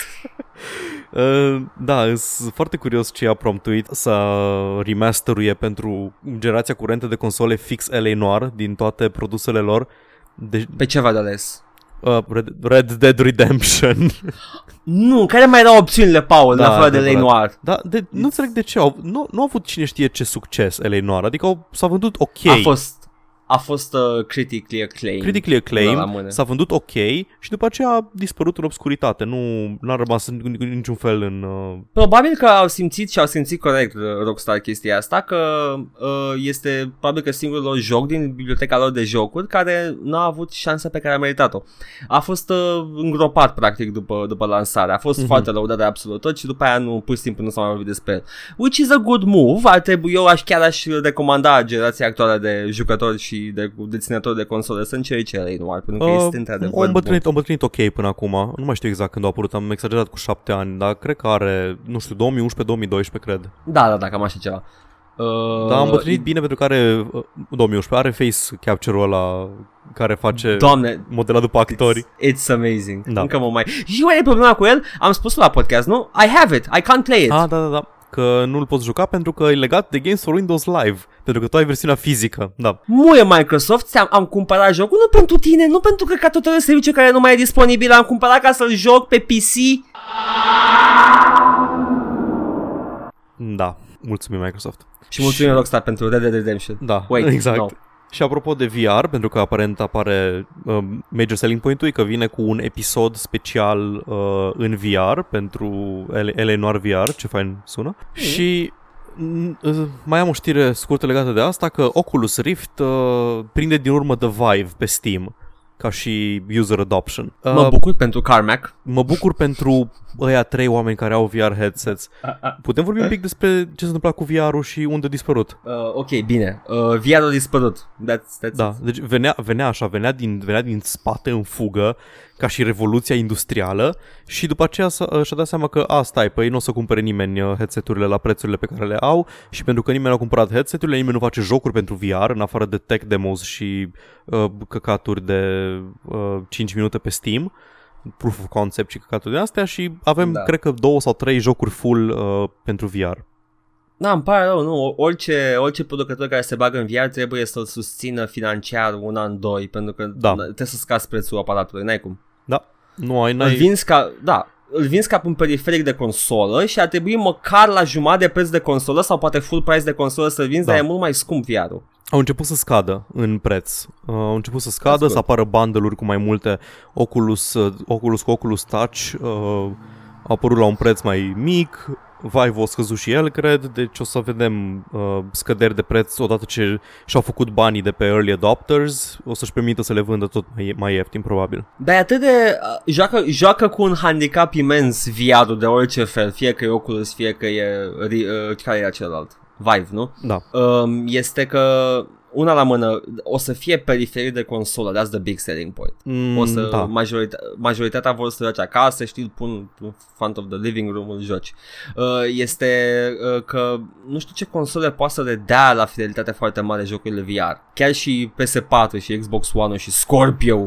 [SPEAKER 2] Uh, da, sunt foarte curios ce a promptuit să remasteruie pentru generația curentă de console fix LA Noir din toate produsele lor. De,
[SPEAKER 1] Pe ce v-a ales?
[SPEAKER 2] uh, Red, Red Dead Redemption.
[SPEAKER 1] Nu, care mai erau opțiunile, Paul,
[SPEAKER 2] Da,
[SPEAKER 1] în afară de Lei
[SPEAKER 2] adevărat.
[SPEAKER 1] Noir?
[SPEAKER 2] da, de, nu înțeleg de ce. Au, nu, nu a avut cine știe ce succes LA Noir. Adică au, s-a vândut ok.
[SPEAKER 1] A fost, a fost uh, critically acclaimed.
[SPEAKER 2] critically
[SPEAKER 1] la
[SPEAKER 2] acclaimed,
[SPEAKER 1] mână.
[SPEAKER 2] s-a vândut ok și după aceea a dispărut în obscuritate. Nu n-a rămas în, în, în niciun fel în... Uh,
[SPEAKER 1] Probabil că au simțit și au simțit corect uh, Rockstar chestia asta că uh, este probabil că singurul lor joc din biblioteca lor de jocuri care n-a avut șansa pe care a meritat-o. A fost uh, îngropat practic după, după lansare, a fost
[SPEAKER 2] Mhm.
[SPEAKER 1] mm-hmm. foarte lăudat de absolut tot și după aia nu pus timp nu s-a mai vorbit despre el. Which is a good move, ar trebui, eu aș chiar aș recomanda generația actuală de jucători și de deținători de console să încerce ei nu ar, pentru că
[SPEAKER 2] Uh,
[SPEAKER 1] este într-adevăr
[SPEAKER 2] Au
[SPEAKER 1] bun.
[SPEAKER 2] îmbătrânit, au îmbătrânit ok până acum, nu mai știu exact când a apărut, am exagerat cu șapte ani, dar cred că are, nu știu, 2011-2012 cred.
[SPEAKER 1] Da, da, da, cam așa ceva. Uh,
[SPEAKER 2] Dar a îmbătrânit bine pentru că are, uh, 2011, are face capture-ul ăla care face
[SPEAKER 1] Doamne,
[SPEAKER 2] modelat după actori.
[SPEAKER 1] It's, it's amazing.
[SPEAKER 2] Da.
[SPEAKER 1] Da. Încă mă mai... Și care e problema cu el? Am spus la podcast, nu? I have it. I can't play it.
[SPEAKER 2] Ah, da, da, da că nu-l poți juca pentru că e legat de Games for Windows Live, pentru că tu ai versiunea fizică, da.
[SPEAKER 1] Muie Microsoft, ți-am am cumpărat jocul nu pentru tine, nu pentru că ca tot serviciu care nu mai e disponibil, am cumpărat ca să-l joc pe PC.
[SPEAKER 2] Da, mulțumim Microsoft.
[SPEAKER 1] Și mulțumim Rockstar pentru Red Dead Redemption.
[SPEAKER 2] Da,
[SPEAKER 1] Wait,
[SPEAKER 2] exact.
[SPEAKER 1] no.
[SPEAKER 2] Și apropo de VR, pentru că aparent apare um, major selling point-ul e că vine cu un episod special uh, în VR pentru LA Noir VR, ce fain sună.
[SPEAKER 1] Mm.
[SPEAKER 2] Și n- uh, mai am o știre scurtă legată de asta că Oculus Rift uh, prinde din urmă The Vive pe Steam ca și user adoption. Uh,
[SPEAKER 1] Mă bucur pentru Carmack.
[SPEAKER 2] mă bucur pentru ăia trei oameni care au VR headsets. Putem vorbi un pic despre ce s-a întâmplat cu VR-ul și unde a dispărut?
[SPEAKER 1] Uh, ok, bine. Uh, VR a dispărut. That's, that's
[SPEAKER 2] Da, deci venea, venea așa, venea din, venea din spate în fugă, ca și revoluția industrială și după aceea s-a- și-a dat seama că, a, stai, păi nu o să cumpere nimeni uh, headseturile la prețurile pe care le au și pentru că nimeni nu a cumpărat headseturile, nimeni nu face jocuri pentru VR, în afară de tech demos și uh, căcaturi de uh, 5 minute pe Steam proof of concept și căcaturi de astea și avem, da.
[SPEAKER 1] Da.
[SPEAKER 2] cred că, două sau trei jocuri full uh, pentru VR.
[SPEAKER 1] Da, îmi pare rău, nu. Orice, orice producător care se bagă în VR trebuie să-l susțină financiar un an, doi, pentru că
[SPEAKER 2] Da.
[SPEAKER 1] trebuie să scazi prețul aparatului, n-ai cum.
[SPEAKER 2] Nu ai,
[SPEAKER 1] Îl
[SPEAKER 2] n-ai...
[SPEAKER 1] vinzi ca, da, îl vinzi ca un periferic de consolă și ar trebui măcar la jumătate de preț de consolă sau poate full price de consolă să-l vinzi,
[SPEAKER 2] Da.
[SPEAKER 1] dar e mult mai scump VR-ul.
[SPEAKER 2] Au început să scadă în preț. Uh, au început să scadă,
[SPEAKER 1] Ascult.
[SPEAKER 2] să apară bundle-uri cu mai multe Oculus, uh, Oculus cu Oculus Touch. Uh, au apărut la un preț mai mic. Vive o scăzut și el, cred, deci o să vedem uh, scăderi de preț odată ce și-au făcut banii de pe early adopters. O să-și permită să le vândă tot mai, mai ieftin, probabil.
[SPEAKER 1] Dar e atât de... uh, Joacă, joacă cu un handicap imens VR-ul de orice fel, fie că e Oculus, fie că e... ri- uh, Care era celălalt? Vive, nu?
[SPEAKER 2] Da.
[SPEAKER 1] Um, Este că una la mână o să fie periferic de consolă, that's the big selling point.
[SPEAKER 2] Mm,
[SPEAKER 1] O să
[SPEAKER 2] da.
[SPEAKER 1] majorita- majoritatea vor să joci acasă, știi, îl pun în front of the living room, îl joci. Uh, Este uh, că nu știu ce console poate să le dea la fidelitate foarte mare jocurile VR. Chiar și PS4 și Xbox One și Scorpio,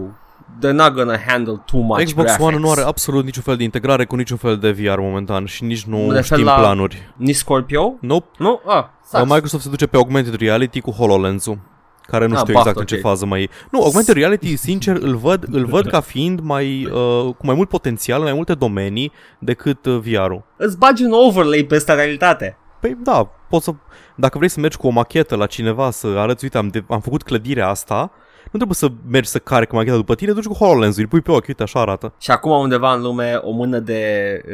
[SPEAKER 1] they're not gonna handle too much
[SPEAKER 2] Xbox
[SPEAKER 1] graphics.
[SPEAKER 2] One nu are absolut niciun fel de integrare cu niciun fel de VR momentan și nici
[SPEAKER 1] Mă
[SPEAKER 2] nu
[SPEAKER 1] refer
[SPEAKER 2] știm
[SPEAKER 1] la-
[SPEAKER 2] planuri.
[SPEAKER 1] Nici Scorpio?
[SPEAKER 2] Nope.
[SPEAKER 1] Nu? Ah,
[SPEAKER 2] Sucks.
[SPEAKER 1] sucks.
[SPEAKER 2] Microsoft se duce pe Augmented Reality cu HoloLens-ul care nu
[SPEAKER 1] Ah,
[SPEAKER 2] știu
[SPEAKER 1] baftă,
[SPEAKER 2] exact în ce
[SPEAKER 1] ok.
[SPEAKER 2] fază mai e. Nu, Augmented Reality, sincer, îl văd, îl văd ca fiind mai, uh, cu mai mult potențial în mai multe domenii decât uh, VR-ul.
[SPEAKER 1] Îți bagi un overlay peste realitate.
[SPEAKER 2] Păi da, poți să, dacă vrei să mergi cu o machetă la cineva să arăți, uite, am, de, am făcut clădirea asta, nu trebuie să mergi să cari cu macheta după tine, duci cu HoloLens-ul, îi pui pe ochi, uite, așa arată.
[SPEAKER 1] Și acum undeva în lume o mână de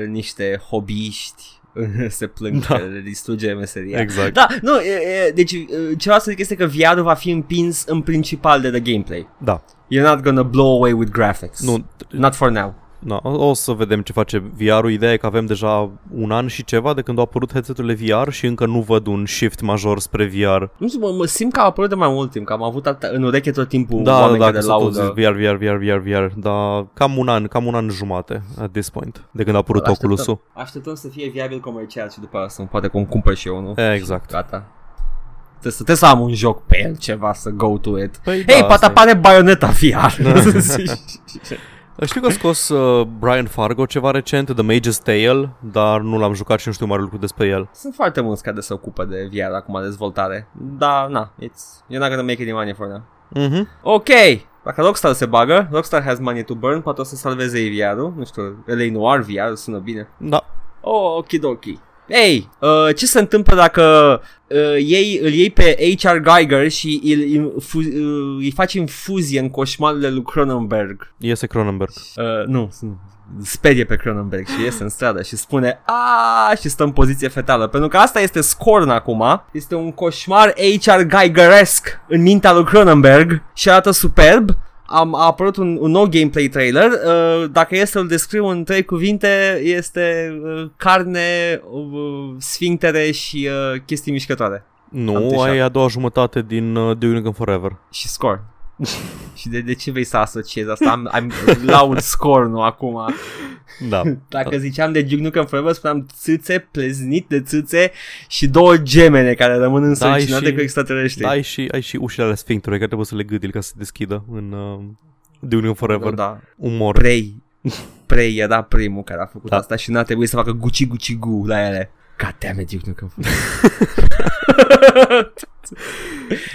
[SPEAKER 1] uh, niște hobbyiști se plâng
[SPEAKER 2] Da.
[SPEAKER 1] că le distruge meseria.
[SPEAKER 2] Exact.
[SPEAKER 1] Da, nu, e, e, deci e, ce vreau să zic este că VR-ul va fi împins în principal de the gameplay.
[SPEAKER 2] Da.
[SPEAKER 1] You're not gonna blow away with graphics.
[SPEAKER 2] Nu,
[SPEAKER 1] Not for now.
[SPEAKER 2] Na, o o să vedem ce face VR-ul. Ideea e că avem deja un an și ceva de când au apărut headseturile VR și încă nu văd un shift major spre VR.
[SPEAKER 1] Nu știu, mă, mă simt că a apărut de mai mult timp, că am avut atâta, în ureche tot timpul
[SPEAKER 2] Da, da,
[SPEAKER 1] oameni
[SPEAKER 2] da,
[SPEAKER 1] care
[SPEAKER 2] că
[SPEAKER 1] de
[SPEAKER 2] s-a tot zis
[SPEAKER 1] laudă.
[SPEAKER 2] VR, VR, VR, VR, VR, dar Da, cam un an, cam un an jumate at this point, de când a apărut
[SPEAKER 1] Îl așteptăm.
[SPEAKER 2] Oculus-ul.
[SPEAKER 1] Așteptăm să fie viabil comercial și după aia să-mi poate cum cumpăr și eu unul.
[SPEAKER 2] E, Exact.
[SPEAKER 1] Gata. Trebuie să, trebuie să am un joc pe el, ceva să go to it.
[SPEAKER 2] Păi,
[SPEAKER 1] Hei,
[SPEAKER 2] da,
[SPEAKER 1] poate
[SPEAKER 2] asta e. Da.
[SPEAKER 1] apare Bayonetta VR.
[SPEAKER 2] Știu că a scos uh, Brian Fargo ceva recent, The Mage's Tale, dar nu l-am jucat și nu știu mare lucru despre el.
[SPEAKER 1] Sunt foarte mulți care se ocupă de VR acum, dezvoltare. Da, na, it's, you're not gonna make any money for now.
[SPEAKER 2] Mhm.
[SPEAKER 1] Ok, dacă Rockstar se bagă, Rockstar has money to burn, poate o să salveze VR-ul, nu știu, LA Noir VR, sună bine.
[SPEAKER 2] Da.
[SPEAKER 1] Oh, okidoki. Ei, uh, ce se întâmplă dacă uh, ei, îl iei pe H.R. Geiger și îl, infu- uh, îi faci infuzie în coșmarele lui Cronenberg?
[SPEAKER 2] Iese Cronenberg.
[SPEAKER 1] Uh, nu, sunt- sperie pe Cronenberg și iese în stradă și spune a și stă în poziție fetală. Pentru că asta este Scorn acum. Este un coșmar H.R. Geigeresc în mintea lui Cronenberg și arată superb. Am a apărut un, un nou gameplay trailer. Uh, dacă e să-l descriu în trei cuvinte, este uh, carne, uh, sfinctere și uh, chestii mișcătoare. Am
[SPEAKER 2] Nu,
[SPEAKER 1] trișat.
[SPEAKER 2] ai a doua jumătate din uh, The Unicorn Forever.
[SPEAKER 1] Și Scorn. și de, de ce vei să asociezi asta? Am, am laud Scorn-ul acum.
[SPEAKER 2] Da.
[SPEAKER 1] Dacă ziceam de Duke Nukem Forever, spuneam țâțe, pleznit de țâțe și două gemene care rămân însărcinate
[SPEAKER 2] și-
[SPEAKER 1] cu extraterestri.
[SPEAKER 2] Da, ai și, ai și ușile alea sfinctului, care trebuie să le gâdil ca să se deschidă în uh, The Union Forever. Da.
[SPEAKER 1] da.
[SPEAKER 2] Umor.
[SPEAKER 1] Prey. Prey era primul care a făcut
[SPEAKER 2] Da.
[SPEAKER 1] asta și n-a trebuit să facă guci guci gu la ele. God damn it, Duke Nukem Forever.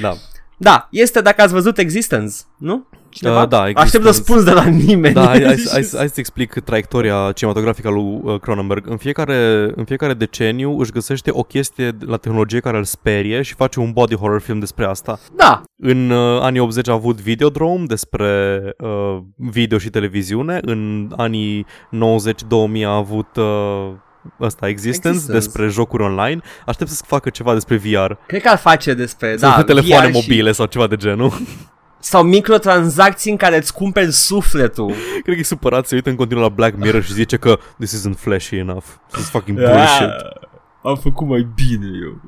[SPEAKER 2] Da.
[SPEAKER 1] da, este dacă ați văzut Existence, nu? Cineva?
[SPEAKER 2] Uh, da,
[SPEAKER 1] Aștept
[SPEAKER 2] Existence.
[SPEAKER 1] răspuns de la nimeni.
[SPEAKER 2] Da, hai, hai, hai, hai să explic traiectoria cinematografică a lui uh, Cronenberg. În fiecare, în fiecare deceniu își găsește o chestie de- la tehnologie care îl sperie și face un body horror film despre asta.
[SPEAKER 1] da.
[SPEAKER 2] În uh, anii 80 a avut Videodrome despre uh, video și televiziune, în anii 90-2000 a avut uh,
[SPEAKER 1] Existence.
[SPEAKER 2] ăsta Existence, Existence despre jocuri online. Aștept să facă ceva despre VR.
[SPEAKER 1] Cred că ar face despre
[SPEAKER 2] Sau
[SPEAKER 1] da,
[SPEAKER 2] pe telefoane
[SPEAKER 1] VR și-
[SPEAKER 2] mobile sau ceva de genul.
[SPEAKER 1] sau microtransacții în care îți cumperi sufletul.
[SPEAKER 2] Cred că e supărat, se uită în continuu la Black Mirror și zice că this isn't flashy enough. This is fucking
[SPEAKER 1] Ah.
[SPEAKER 2] bullshit.
[SPEAKER 1] Am făcut mai bine eu.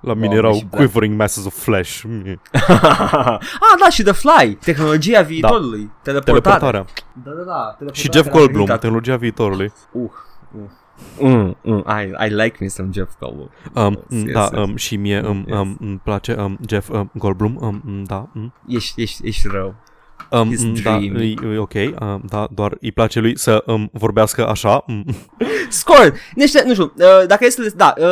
[SPEAKER 2] La mine
[SPEAKER 1] Doamne,
[SPEAKER 2] erau
[SPEAKER 1] și Black-
[SPEAKER 2] quivering masses of flash. Mm.
[SPEAKER 1] ah, da, și The Fly, tehnologia viitorului, da. teleportare.
[SPEAKER 2] Teleportarea.
[SPEAKER 1] Da, da, da, teleportare
[SPEAKER 2] Și Jeff
[SPEAKER 1] care a
[SPEAKER 2] Goldblum,
[SPEAKER 1] venit at-
[SPEAKER 2] tehnologia viitorului.
[SPEAKER 1] Uh, uh. Mm, mm, I, I like me some Jeff Goldblum.
[SPEAKER 2] Um,
[SPEAKER 1] Yes,
[SPEAKER 2] mm,
[SPEAKER 1] yes,
[SPEAKER 2] da,
[SPEAKER 1] yes.
[SPEAKER 2] um, și mie um,
[SPEAKER 1] Yes.
[SPEAKER 2] um, îmi place um, Jeff um, Goldblum. Um, mm, da, mm.
[SPEAKER 1] Ești, ești, ești rău.
[SPEAKER 2] Um,
[SPEAKER 1] His
[SPEAKER 2] mm, da,
[SPEAKER 1] dream.
[SPEAKER 2] e, e ok, um, da, doar îi place lui să um, vorbească așa. Mm.
[SPEAKER 1] Scorn! Niște, nu știu, uh, dacă este, da, uh,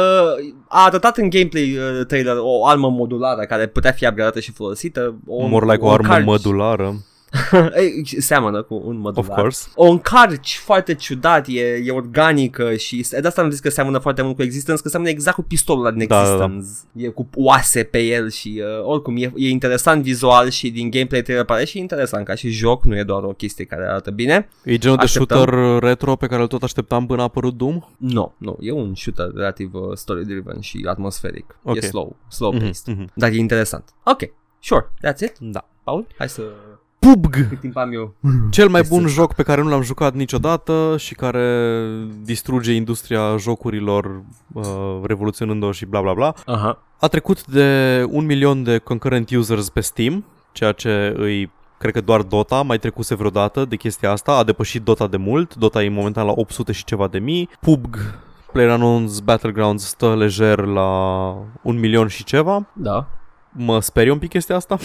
[SPEAKER 1] a arătat în gameplay uh, trailer o armă modulară care putea fi upgradată și folosită. O,
[SPEAKER 2] Mor like o armă
[SPEAKER 1] încarci-
[SPEAKER 2] mădulară,
[SPEAKER 1] Ei, seamănă cu un
[SPEAKER 2] of
[SPEAKER 1] mădular.
[SPEAKER 2] course.
[SPEAKER 1] O încarci foarte ciudat, e, e organică și de asta am zis că seamănă foarte mult cu Existence, că seamănă exact cu pistolul ăla din
[SPEAKER 2] Da, da, da.
[SPEAKER 1] Existence. E cu oase pe el și uh, oricum e, e interesant vizual și din gameplay trailer pare și interesant ca și joc, nu e doar o chestie care arată bine.
[SPEAKER 2] E genul
[SPEAKER 1] Așteptăm.
[SPEAKER 2] de shooter retro pe care îl tot așteptam până a apărut Doom?
[SPEAKER 1] Nu, no, nu, e un shooter relativ uh, story-driven și atmosferic.
[SPEAKER 2] Ok.
[SPEAKER 1] E slow, slow-paced,
[SPEAKER 2] Mhm, mhm.
[SPEAKER 1] dar e interesant. Ok, sure, that's it.
[SPEAKER 2] Da.
[SPEAKER 1] Paul, hai să...
[SPEAKER 2] PUBG!
[SPEAKER 1] Cât timp am eu?
[SPEAKER 2] Cel mai
[SPEAKER 1] Este-
[SPEAKER 2] bun joc pe care nu l-am jucat niciodată și care distruge industria jocurilor uh, revoluționând-o și bla bla bla.
[SPEAKER 1] Aha.
[SPEAKER 2] A trecut de un milion de concurrent users pe Steam, ceea ce îi cred că doar Dota mai trecuse vreodată de chestia asta, a depășit Dota de mult, Dota e momentan la 800 și ceva de mii, PUBG PlayerUnknown's Battlegrounds stă lejer la un milion și ceva.
[SPEAKER 1] Da.
[SPEAKER 2] Mă sperie un pic chestia asta.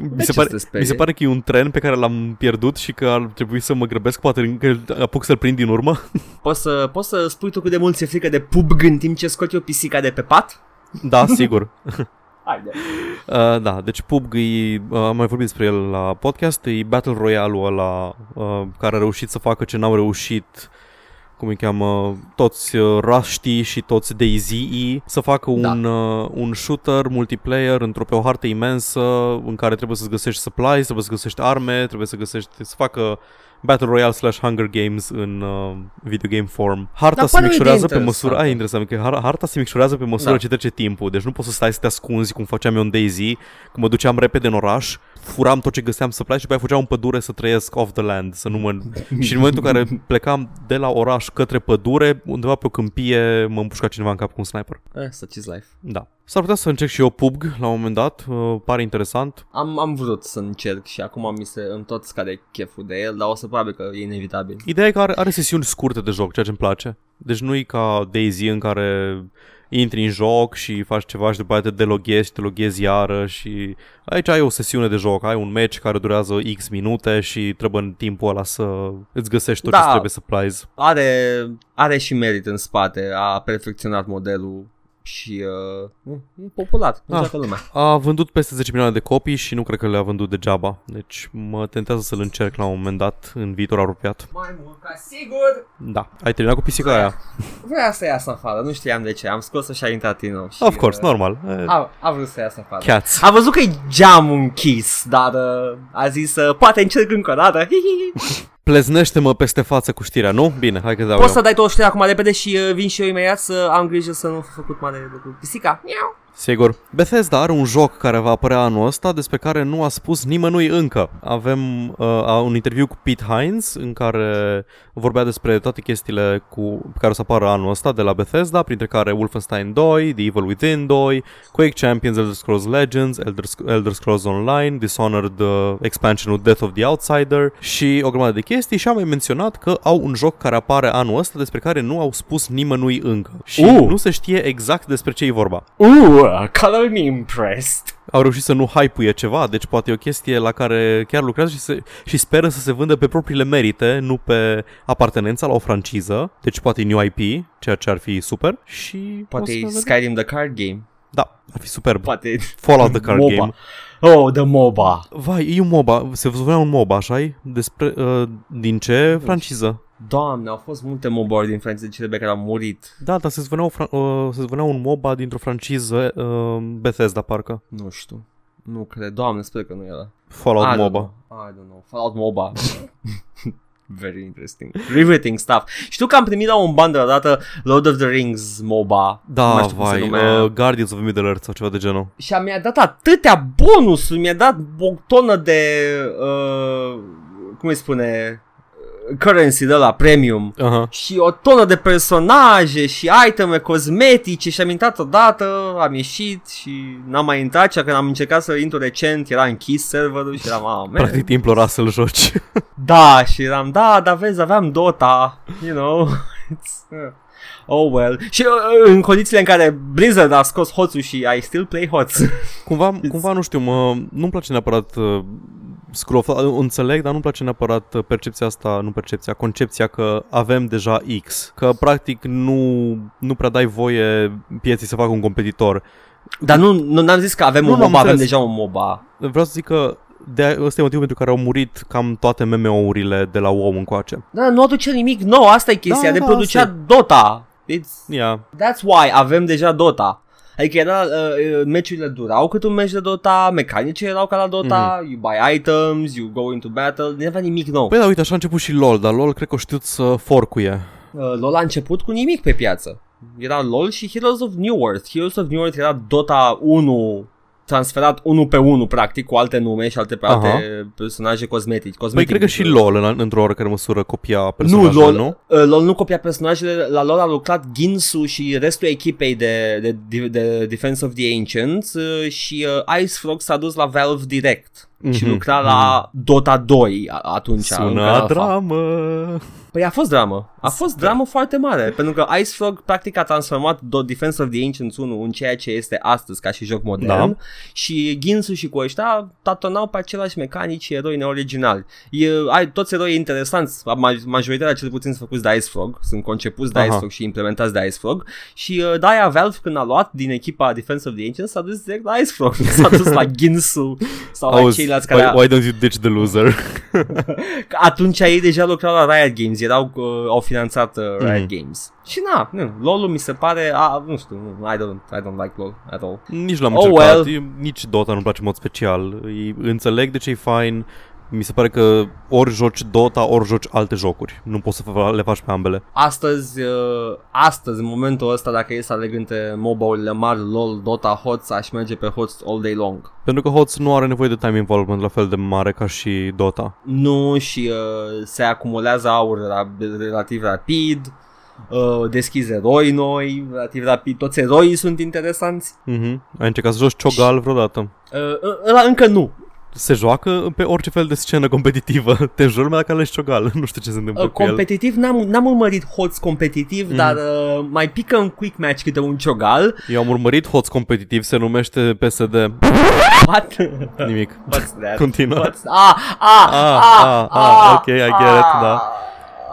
[SPEAKER 2] Mi
[SPEAKER 1] ce
[SPEAKER 2] se, pare,
[SPEAKER 1] să te
[SPEAKER 2] mi se
[SPEAKER 1] sperie?
[SPEAKER 2] pare că e un tren pe care l-am pierdut și că ar trebui să mă grăbesc, poate încă apuc să-l prind din urmă.
[SPEAKER 1] Poți să, poți să spui tu cât de mult ți-e frică de pubg în timp ce scoți o pisica de pe pat?
[SPEAKER 2] Da, sigur.
[SPEAKER 1] Haide.
[SPEAKER 2] Uh, da, deci PUBG, e, uh, am mai vorbit despre el la podcast, e Battle Royale-ul ăla uh, care a reușit să facă ce n-au reușit cum îi cheamă, toți uh, Rusty și toți DayZ să facă
[SPEAKER 1] Da.
[SPEAKER 2] un, uh, un shooter multiplayer într-o pe o hartă imensă în care trebuie să-ți găsești supply, trebuie să găsești arme, trebuie să găsești, să facă Battle Royale slash Hunger Games în uh, video game form. Harta
[SPEAKER 1] Dar
[SPEAKER 2] se
[SPEAKER 1] pare o idee
[SPEAKER 2] micșorează pe
[SPEAKER 1] interesantă.
[SPEAKER 2] măsură, ai interesant, că har- harta se micșorează pe măsură
[SPEAKER 1] Da.
[SPEAKER 2] ce trece timpul, deci nu poți să stai să te ascunzi cum făceam eu în Daisy, că mă duceam repede în oraș, furam tot ce găseam să plec și pe aia fugeam în pădure să trăiesc off the land, să nu mă... și în momentul în care plecam de la oraș către pădure, undeva pe o câmpie mă împușca cineva în cap cu un sniper.
[SPEAKER 1] Eh, Such is life.
[SPEAKER 2] Da. S-ar putea să încerc și eu PUBG la un moment dat, uh, pare interesant.
[SPEAKER 1] Am, am vrut să încerc și acum mi se îmi tot scade cheful de el, dar o să probabil că e inevitabil.
[SPEAKER 2] Ideea e că are, are sesiuni scurte de joc, ceea ce îmi place. Deci nu e ca Daisy în care intri în joc și faci ceva și după aia te deloghezi, te loghezi iară și aici ai o sesiune de joc, ai un match care durează X minute și trebuie în timpul ăla să îți găsești tot
[SPEAKER 1] Da.
[SPEAKER 2] ce trebuie să plaizi.
[SPEAKER 1] Are, are și merit în spate, a perfecționat modelul și uh, e popular,
[SPEAKER 2] Ah.
[SPEAKER 1] nu ah. lumea.
[SPEAKER 2] A vândut peste 10 milioane de copii și nu cred că le-a vândut degeaba, deci mă tentează să-l încerc la un moment dat în viitor apropiat.
[SPEAKER 1] Mai mult ca sigur,
[SPEAKER 2] Da, ai terminat cu pisica aia.
[SPEAKER 1] vrea să iasă afară, nu știam de ce, am scos-o și a intrat din nou. Și,
[SPEAKER 2] Of course,
[SPEAKER 1] uh,
[SPEAKER 2] normal. Eh,
[SPEAKER 1] a, a vrut să iasă afară.
[SPEAKER 2] Cats.
[SPEAKER 1] A văzut că-i geamul închis, dar uh, a zis, uh, poate încerc încă o dată. Hihihi.
[SPEAKER 2] Pleznește-mă peste față cu știrea, nu? Bine, hai că dau
[SPEAKER 1] Poți
[SPEAKER 2] eu.
[SPEAKER 1] să dai tot știrea acum repede și uh, vin și eu imediat să am grijă să nu fi făcut mare lucru. Pisica. Miau.
[SPEAKER 2] Sigur. Bethesda are un joc care va apărea anul ăsta despre care nu a spus nimănui încă. Avem uh, a- un interviu cu Pete Hines în care vorbea despre toate chestiile cu pe care o să apară anul ăsta de la Bethesda, printre care Wolfenstein 2, The Evil Within 2, Quake Champions, Elder Scrolls Legends, Elder, Sc- Elder Scrolls Online, Dishonored, uh, expansionul Death of the Outsider și o grămadă de chestii și am mai menționat că au un joc care apare anul ăsta despre care nu au spus nimănui încă și
[SPEAKER 1] Uh!
[SPEAKER 2] nu se știe exact despre ce e vorba
[SPEAKER 1] Uh, color me impressed.
[SPEAKER 2] au reușit să nu hype ceva, deci poate e o chestie la care chiar lucrează și, se, și speră să se vândă pe propriile merite, nu pe apartenența la o franciză, deci poate e new IP, ceea ce ar fi super și o
[SPEAKER 1] Poate
[SPEAKER 2] să
[SPEAKER 1] e
[SPEAKER 2] vedem.
[SPEAKER 1] Skyrim the card game.
[SPEAKER 2] Da, ar fi superb.
[SPEAKER 1] Poate e
[SPEAKER 2] Fallout the Card
[SPEAKER 1] MOBA.
[SPEAKER 2] Game.
[SPEAKER 1] Oh, the MOBA.
[SPEAKER 2] Vai, e un MOBA, se vrea un MOBA, așa Despre, uh, din ce franciză?
[SPEAKER 1] Doamne, au fost multe MOBA-uri din Franța de cele pe care au murit.
[SPEAKER 2] Da, dar se zvânea, o fran- uh, se zvânea un MOBA dintr-o franciză uh, Bethesda, parcă.
[SPEAKER 1] Nu știu. Nu cred. Doamne, sper că nu e ăla.
[SPEAKER 2] Fallout
[SPEAKER 1] I don't
[SPEAKER 2] MOBA.
[SPEAKER 1] know. I don't know. Fallout MOBA. Very interesting. Riveting stuff. Știu că am primit la un bundle odată Lord of the Rings MOBA. nu mai
[SPEAKER 2] Da,
[SPEAKER 1] știu cum se
[SPEAKER 2] vai,
[SPEAKER 1] numea.
[SPEAKER 2] uh, Guardians of Middle Earth sau ceva de genul.
[SPEAKER 1] Și a- mi-a dat atâtea bonusuri, mi-a dat o tonă de, uh, cum îi spune, uh, currency de la premium
[SPEAKER 2] Aha.
[SPEAKER 1] și o tonă de personaje și iteme cosmetice și am intrat odată, am ieșit și n-am mai intrat, și când am încercat să intru recent, era închis serverul și eram, "Ah, man."
[SPEAKER 2] Practic te implora să-l joci.
[SPEAKER 1] da, și eram, da, dar vezi, aveam Dota, you know, it's... Oh well. Și uh, în condițiile în care Blizzard a scos hoțul și I still play hoț.
[SPEAKER 2] Cumva, cumva nu știu, mă, nu-mi place neapărat uh, scroll of, înțeleg, dar nu-mi place neapărat uh, percepția asta, nu percepția, concepția că avem deja X, că practic nu, nu prea dai voie pieții să facă un competitor.
[SPEAKER 1] Dar nu, nu n-am zis că avem
[SPEAKER 2] Nu,
[SPEAKER 1] un
[SPEAKER 2] nu, am
[SPEAKER 1] MOBA, avem
[SPEAKER 2] înțeles.
[SPEAKER 1] deja un MOBA.
[SPEAKER 2] Vreau să zic că de ăsta e motivul pentru care au murit cam toate MMO-urile de la WoW încoace.
[SPEAKER 1] Da, nu aduce nimic nou, asta e chestia,
[SPEAKER 2] Da,
[SPEAKER 1] de
[SPEAKER 2] da,
[SPEAKER 1] producea
[SPEAKER 2] asta
[SPEAKER 1] Dota. It's,
[SPEAKER 2] Yeah.
[SPEAKER 1] that's why avem deja Dota. Adică era, uh, meciurile durau cât un meci de Dota, mecanicile erau ca la Dota, you buy items, you go into battle, nu avea nimic nou.
[SPEAKER 2] Mhm. Păi da, uite, așa a început și LOL, dar LOL cred că a știut să forcuie.
[SPEAKER 1] Uh, LOL a început cu nimic pe piață. Era LOL și Heroes of New Earth. Heroes of New Earth era Dota 1 transferat unul pe unul, practic, cu alte nume și alte pe alte personaje cosmetici.
[SPEAKER 2] Păi
[SPEAKER 1] Cosmetic,
[SPEAKER 2] cred că și
[SPEAKER 1] uh,
[SPEAKER 2] LOL în, într-o oarecare măsură copia
[SPEAKER 1] Nu,
[SPEAKER 2] personajul,
[SPEAKER 1] LOL,
[SPEAKER 2] nu?
[SPEAKER 1] nu? uh, LOL nu copia personajele, la LOL a lucrat Ginsu și restul echipei de, de, de Defense of the Ancients uh, și uh, Ice Frog s-a dus la Valve direct și
[SPEAKER 2] Mhm,
[SPEAKER 1] lucra la Dota 2 a- atunci. în care
[SPEAKER 2] Sună
[SPEAKER 1] era
[SPEAKER 2] dramă!
[SPEAKER 1] Păi a fost dramă. A
[SPEAKER 2] Da.
[SPEAKER 1] fost dramă foarte mare, pentru că Ice Frog practic a transformat Do- Defense of the Ancients 1 în ceea ce este astăzi ca și joc modern
[SPEAKER 2] Da.
[SPEAKER 1] și Ginsu și cu ăștia tatonau pe același mecanici eroi neoriginali. E, ai, toți eroii interesanți, ma- majoritatea cel puțin sunt făcuți de Ice Frog, sunt concepuți de
[SPEAKER 2] Aha.
[SPEAKER 1] Ice Frog și implementați de Ice Frog și uh, de-aia Valve când a luat din echipa Defense of the Ancients s-a dus direct la Ice Frog, s-a dus la Ginsu sau la
[SPEAKER 2] Auzi,
[SPEAKER 1] ceilalți care...
[SPEAKER 2] why, why don't you ditch the loser?
[SPEAKER 1] Că atunci ei deja lucrau la Riot Games, erau, uh, au finanțat uh, Riot Games. Și na, nu, LOL-ul mi se pare, a, nu știu, nu, I don't, I don't like LOL at all.
[SPEAKER 2] Nici l-am
[SPEAKER 1] Oh,
[SPEAKER 2] oh, încercat,
[SPEAKER 1] well.
[SPEAKER 2] well. nici Dota nu-mi place în mod special. Îi înțeleg de ce e fain, mi se pare că ori joci Dota, ori joci alte jocuri. Nu poți să fa- le faci pe ambele.
[SPEAKER 1] Astăzi, uh, astăzi, în momentul ăsta, dacă e să aleg între MOBA-urile mari, LOL, Dota, HOTS, aș merge pe HOTS all day long.
[SPEAKER 2] Pentru că HOTS nu are nevoie de time involvement la fel de mare ca și Dota.
[SPEAKER 1] Nu și uh, se acumulează aur ra- relativ rapid, uh, deschizi eroi noi, relativ rapid, toți eroii sunt interesanți.
[SPEAKER 2] Mhm. Ai încercat să joci Chogal vreodată?
[SPEAKER 1] Uh, ă- ăla încă nu,
[SPEAKER 2] Se joacă pe orice fel de scenă competitivă. Te jur lumea dacă alegi Chogal. Nu știu ce se întâmplă
[SPEAKER 1] Uh,
[SPEAKER 2] cu el.
[SPEAKER 1] competitiv, n-am, n-am urmărit hoți competitiv, mm. dar uh, mai pică în quick match câte un ciogal.
[SPEAKER 2] Eu am urmărit HOTS competitiv, se numește PSD.
[SPEAKER 1] What?
[SPEAKER 2] Nimic.
[SPEAKER 1] What's that?
[SPEAKER 2] Continuă.
[SPEAKER 1] What's... Ah, ah,
[SPEAKER 2] Ah,
[SPEAKER 1] ah,
[SPEAKER 2] ah,
[SPEAKER 1] ah,
[SPEAKER 2] ah, ok, I get it, da.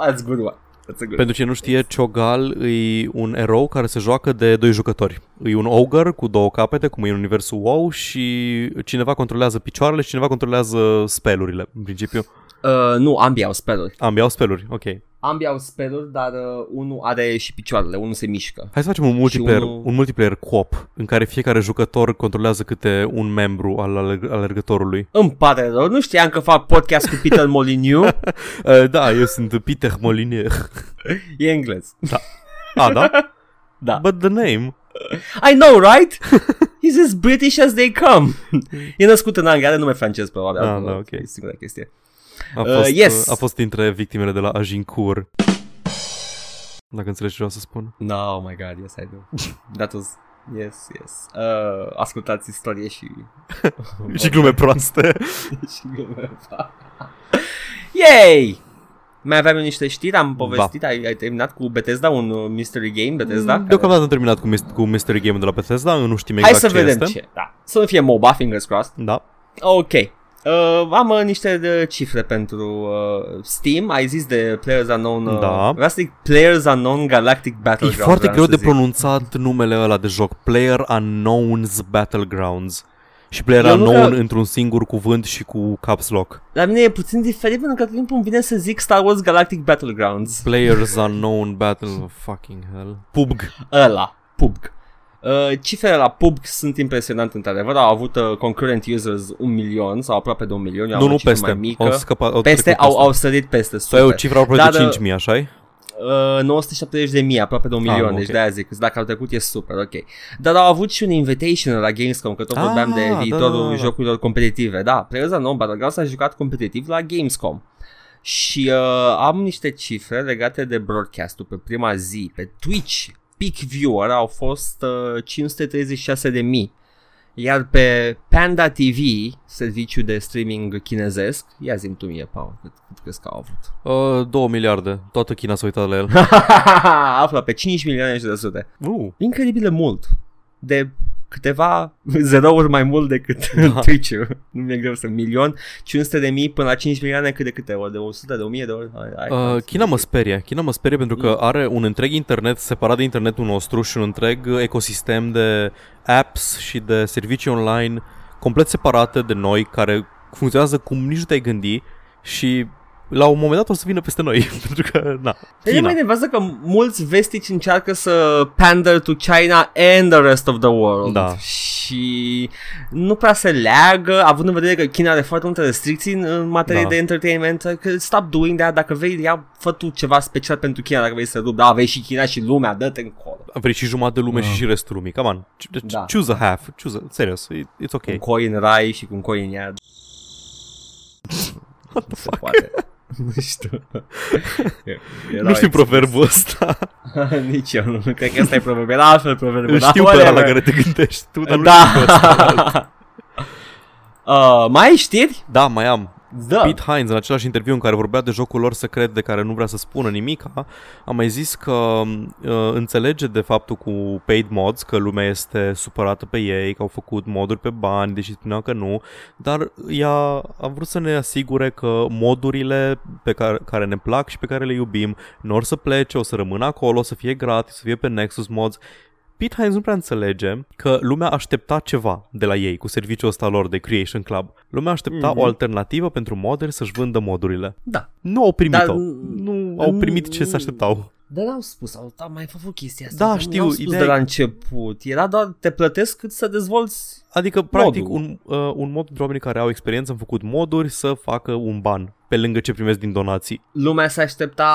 [SPEAKER 1] That's a good one. That's a good
[SPEAKER 2] Pentru cine nu știe, Chogal e un erou care se joacă de doi jucători. E un ogre cu două capete, cum e în universul WoW, și cineva controlează picioarele și cineva controlează spelurile, în principiu.
[SPEAKER 1] Uh, nu, ambii au speluri.
[SPEAKER 2] Ambii au speluri, ok.
[SPEAKER 1] Ambii au speluri, dar uh, unul are și picioarele, unul se mișcă.
[SPEAKER 2] Hai să facem un multiplayer,
[SPEAKER 1] unul-
[SPEAKER 2] un multiplayer co-op, în care fiecare jucător controlează câte un membru al alerg- alergătorului.
[SPEAKER 1] Îmi pare rău, nu știam că fac podcast cu Peter Molyneux.
[SPEAKER 2] Uh, da, eu sunt Peter Molinier.
[SPEAKER 1] e englez.
[SPEAKER 2] ah, da?
[SPEAKER 1] Da.
[SPEAKER 2] But the name...
[SPEAKER 1] I know, right? He's as British as they come. e născut în Anglia, are nume francez, probabil.
[SPEAKER 2] Da,
[SPEAKER 1] altfel,
[SPEAKER 2] da, ok.
[SPEAKER 1] E singura chestie.
[SPEAKER 2] A
[SPEAKER 1] Uh,
[SPEAKER 2] fost, uh,
[SPEAKER 1] yes.
[SPEAKER 2] a fost dintre victimele de la Agincourt. Dacă înțelegi ce vreau să spun.
[SPEAKER 1] No, oh my god, yes, I do. That was... Yes, yes. Uh, ascultați istorie și...
[SPEAKER 2] Și glume proaste.
[SPEAKER 1] și glume. Yay! Mai aveam eu niște știri, am povestit, ai, ai terminat cu Bethesda, un uh, mystery game Bethesda?
[SPEAKER 2] Mm,
[SPEAKER 1] care-
[SPEAKER 2] Deocamdată am terminat cu, mis- cu mystery game de la Bethesda, nu știm
[SPEAKER 1] Hai
[SPEAKER 2] exact
[SPEAKER 1] să
[SPEAKER 2] ce
[SPEAKER 1] vedem
[SPEAKER 2] este.
[SPEAKER 1] ce. Da. Să nu fie MOBA, fingers crossed.
[SPEAKER 2] Da.
[SPEAKER 1] Ok. Uh, am uh, niște de cifre pentru uh, Steam. Ai zis de Players Unknown. Uh,
[SPEAKER 2] Da.
[SPEAKER 1] Vreau să zic Players Unknown Galactic
[SPEAKER 2] E
[SPEAKER 1] Battlegrounds.
[SPEAKER 2] foarte
[SPEAKER 1] vreau
[SPEAKER 2] greu
[SPEAKER 1] să
[SPEAKER 2] de
[SPEAKER 1] zic.
[SPEAKER 2] pronunțat numele ăla de joc. Player Unknown's Battlegrounds. Și Player
[SPEAKER 1] Eu nu
[SPEAKER 2] Unknown
[SPEAKER 1] că-
[SPEAKER 2] într-un singur cuvânt și cu caps lock.
[SPEAKER 1] La mine e puțin diferit pentru că tot timpul îmi vine să zic Star Wars Galactic Battlegrounds.
[SPEAKER 2] Players Unknown Battle... Fucking hell. PUBG.
[SPEAKER 1] Ăla. PUBG. Uh, cifrele la PUBG sunt impresionante într-adevăr. Au avut uh, concurrent users un milion sau aproape de un milion. Eu am
[SPEAKER 2] nu,
[SPEAKER 1] o
[SPEAKER 2] nu,
[SPEAKER 1] cifră
[SPEAKER 2] peste.
[SPEAKER 1] Mai mică.
[SPEAKER 2] Au scăpat, au
[SPEAKER 1] peste,
[SPEAKER 2] trecut
[SPEAKER 1] au, au sărit peste.
[SPEAKER 2] Tu ai o
[SPEAKER 1] super.
[SPEAKER 2] cifră aproape
[SPEAKER 1] Dar,
[SPEAKER 2] de
[SPEAKER 1] uh,
[SPEAKER 2] 5.000, așa -i?
[SPEAKER 1] Uh, 970 de mii, aproape de un
[SPEAKER 2] Ah,
[SPEAKER 1] milion,
[SPEAKER 2] ok.
[SPEAKER 1] deci de-aia zic, dacă au trecut e super, ok. Dar au avut și un invitation la Gamescom, că tot
[SPEAKER 2] Ah,
[SPEAKER 1] vorbeam de
[SPEAKER 2] da,
[SPEAKER 1] viitorul
[SPEAKER 2] da, da, da.
[SPEAKER 1] jocurilor competitive. Da, Preza nou, Battlegrounds s-a jucat competitiv la Gamescom. Și uh, am niște cifre legate de broadcastul pe prima zi, pe Twitch. Peak viewer au fost uh, 536 de mii. Iar pe Panda TV, serviciu de streaming chinezesc, ia zi tu mie, Paul, cât, cât crezi că au avut?
[SPEAKER 2] Uh, 2 miliarde. Toată China s-a uitat la el.
[SPEAKER 1] Afla pe 5 milioane și de sute.
[SPEAKER 2] Uh.
[SPEAKER 1] Incredibil de mult. De câteva zerouri mai mult decât da. Twitch-ul. Nu mi-e greu să milion, 500 de mii până la 5 milioane cât de câte ori, de 100, de 1000 de ori. Hai, hai,
[SPEAKER 2] Uh, China mă sperie, China mă sperie pentru că
[SPEAKER 1] Mm.
[SPEAKER 2] are un întreg internet separat de internetul nostru și un întreg ecosistem de apps și de servicii online complet separate de noi care funcționează cum nici nu te-ai gândi și la un moment dat o să vină peste noi, pentru că,
[SPEAKER 1] China.
[SPEAKER 2] na, China.
[SPEAKER 1] Păi mai nevază că mulți vestici încearcă să pander to China and the rest of the world.
[SPEAKER 2] Da.
[SPEAKER 1] Și nu prea se leagă, având în vedere că China are foarte multe restricții în, în materie
[SPEAKER 2] Da.
[SPEAKER 1] de entertainment. Că stop doing that, dacă vrei, ia, fă tu ceva special pentru China, dacă vrei să rup. Da, vei și China și lumea, dă-te încolo.
[SPEAKER 2] Vrei și jumătate de lume
[SPEAKER 1] Da.
[SPEAKER 2] și și restul lumii, come on, Ch- ch-
[SPEAKER 1] Da.
[SPEAKER 2] choose a half, choose a, serios, it- it's
[SPEAKER 1] Okay.
[SPEAKER 2] okay.
[SPEAKER 1] Cu coi în rai și cu un coi în iad.
[SPEAKER 2] What
[SPEAKER 1] Se poate. nu știu. Era
[SPEAKER 2] Nu știu
[SPEAKER 1] o
[SPEAKER 2] proverbul ăsta,
[SPEAKER 1] Nici eu nu. Cred că ăsta e proverb. Era altfel proverb.
[SPEAKER 2] îl știu pe ăla la care te gândești tu, dar nu știu pe ăsta.
[SPEAKER 1] Da. Uh, mai ai știri?
[SPEAKER 2] Da, mai am,
[SPEAKER 1] Da.
[SPEAKER 2] Pete Hines, în același interviu în care vorbea de jocul lor secret de care nu vrea să spună nimic, a mai zis că uh, înțelege de faptul cu paid mods, că lumea este supărată pe ei, că au făcut moduri pe bani, deși spunea că nu, dar ea a vrut să ne asigure că modurile pe care, care ne plac și pe care le iubim nu or să plece, o să rămână acolo, o să fie gratis, o să fie pe Nexus Mods. Pete Hines nu prea înțelege că lumea aștepta ceva de la ei cu serviciul ăsta lor de Creation Club. Lumea aștepta
[SPEAKER 1] Mhm.
[SPEAKER 2] o alternativă pentru moderi să-și vândă modurile.
[SPEAKER 1] Da.
[SPEAKER 2] Nu
[SPEAKER 1] Dar-
[SPEAKER 2] au primit-o. Nu au primit ce se așteptau.
[SPEAKER 1] Dar n-au spus, au au mai făcut chestia asta.
[SPEAKER 2] Da,
[SPEAKER 1] dar
[SPEAKER 2] știu,
[SPEAKER 1] N-au spus
[SPEAKER 2] ideea
[SPEAKER 1] de
[SPEAKER 2] e-
[SPEAKER 1] la început. Era doar te plătesc cât să dezvolți.
[SPEAKER 2] Adică, practic,
[SPEAKER 1] Modul.
[SPEAKER 2] un, uh, un mod pentru oamenii care au experiență în făcut moduri să facă un ban pe lângă ce primesc din donații.
[SPEAKER 1] Lumea se aștepta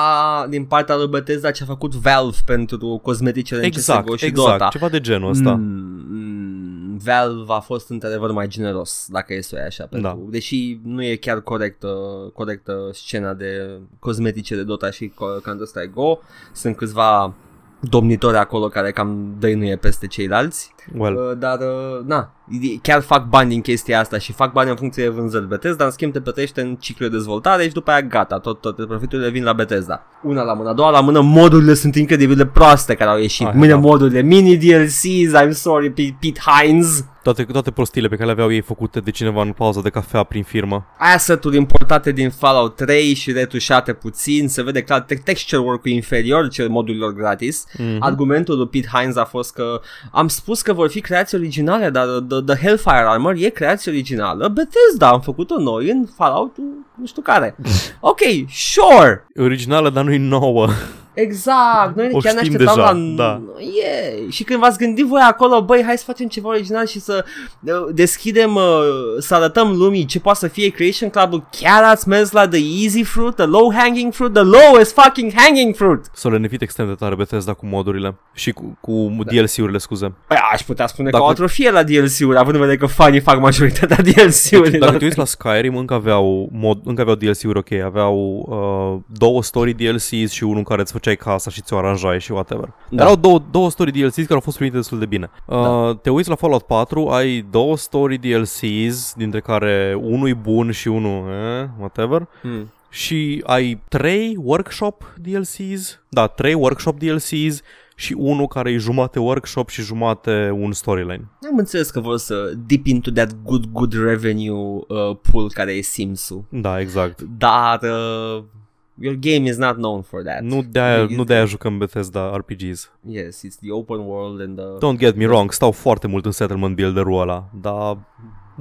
[SPEAKER 1] din partea lui Bethesda ce a făcut Valve pentru cosmeticele în
[SPEAKER 2] exact,
[SPEAKER 1] CSGO și
[SPEAKER 2] exact.
[SPEAKER 1] Dota.
[SPEAKER 2] Ceva de genul ăsta. Mm.
[SPEAKER 1] Mm, Valve a fost într-adevăr mai generos, dacă e să o iei așa, pentru, da. deși nu e chiar corectă, corectă scena de cosmetice de Dota și Co- Counter-Strike Go, sunt câțiva domnitori acolo care cam dăinuie peste ceilalți,
[SPEAKER 2] Well,
[SPEAKER 1] Uh, dar uh, na, e- chiar fac bani din chestia asta și fac bani în funcție de vânzări Bethesda, dar în schimb te plătește în ciclu de dezvoltare și după aia gata, tot, toate profiturile vin la Bethesda. Una la mână, a doua la mână, modurile sunt incredibil de proaste care au ieșit.
[SPEAKER 2] Ah,
[SPEAKER 1] Mâine
[SPEAKER 2] da.
[SPEAKER 1] modurile, mini DLCs, I'm sorry, Pete, Pete Hines.
[SPEAKER 2] toate, toate prostiile pe care le aveau ei făcute de cineva în pauza de cafea prin firmă.
[SPEAKER 1] asset-uri importate din Fallout 3 și retușate puțin, se vede clar te- texture work-ul inferior cel modurilor gratis.
[SPEAKER 2] Mhm.
[SPEAKER 1] Argumentul lui Pete Hines a fost că am spus că vor fi creații originale, dar uh, the, the Hellfire Armor e creație originală. Bethesda, am făcut-o noi în Fallout nu știu care. ok, sure!
[SPEAKER 2] E originală, dar nu-i nouă.
[SPEAKER 1] Exact, noi
[SPEAKER 2] O
[SPEAKER 1] chiar ne
[SPEAKER 2] știm
[SPEAKER 1] așteptam
[SPEAKER 2] deja,
[SPEAKER 1] la...
[SPEAKER 2] da.
[SPEAKER 1] Yeah. Și când v-ați gândit voi acolo, băi, hai să facem ceva original și să uh, deschidem, uh, să arătăm lumii ce poate să fie Creation Club-ul, chiar ați mers la the easy fruit, the low hanging fruit, the lowest fucking hanging fruit.
[SPEAKER 2] S-a lenevit extrem de tare Bethesda cu modurile și cu, cu da. DLC-urile, scuze.
[SPEAKER 1] Băi, aș putea spune
[SPEAKER 2] Dacă-
[SPEAKER 1] că o atrofie la DLC-uri, având în vedere că fanii fac majoritatea DLC-urilor.
[SPEAKER 2] Deci, Dacă te uiți la Skyrim, încă aveau, mod, încă aveau DLC-uri ok, aveau uh, două story DLCs și unul în care îți făceai casa și ți-o aranjai și whatever. Da.
[SPEAKER 1] Da.
[SPEAKER 2] Dar au două, două story DLCs care au fost primite destul de bine. Uh, da. Te uiți la Fallout 4, ai două story DLCs, dintre care unul e bun și unul, eh, whatever.
[SPEAKER 1] Hmm.
[SPEAKER 2] Și ai trei workshop DLCs, da, trei workshop DLCs și unul care e jumate workshop și jumate un storyline.
[SPEAKER 1] Am înțeles că vor să dip into that good, good revenue uh, pool care e Sims-ul.
[SPEAKER 2] Da, exact.
[SPEAKER 1] Dar uh, your game is not known for that.
[SPEAKER 2] Nu de-aia,
[SPEAKER 1] It-
[SPEAKER 2] nu de-aia jucăm Bethesda RPGs.
[SPEAKER 1] Yes, it's the open world and the...
[SPEAKER 2] Don't get me wrong, stau foarte mult în settlement builder-ul ăla, dar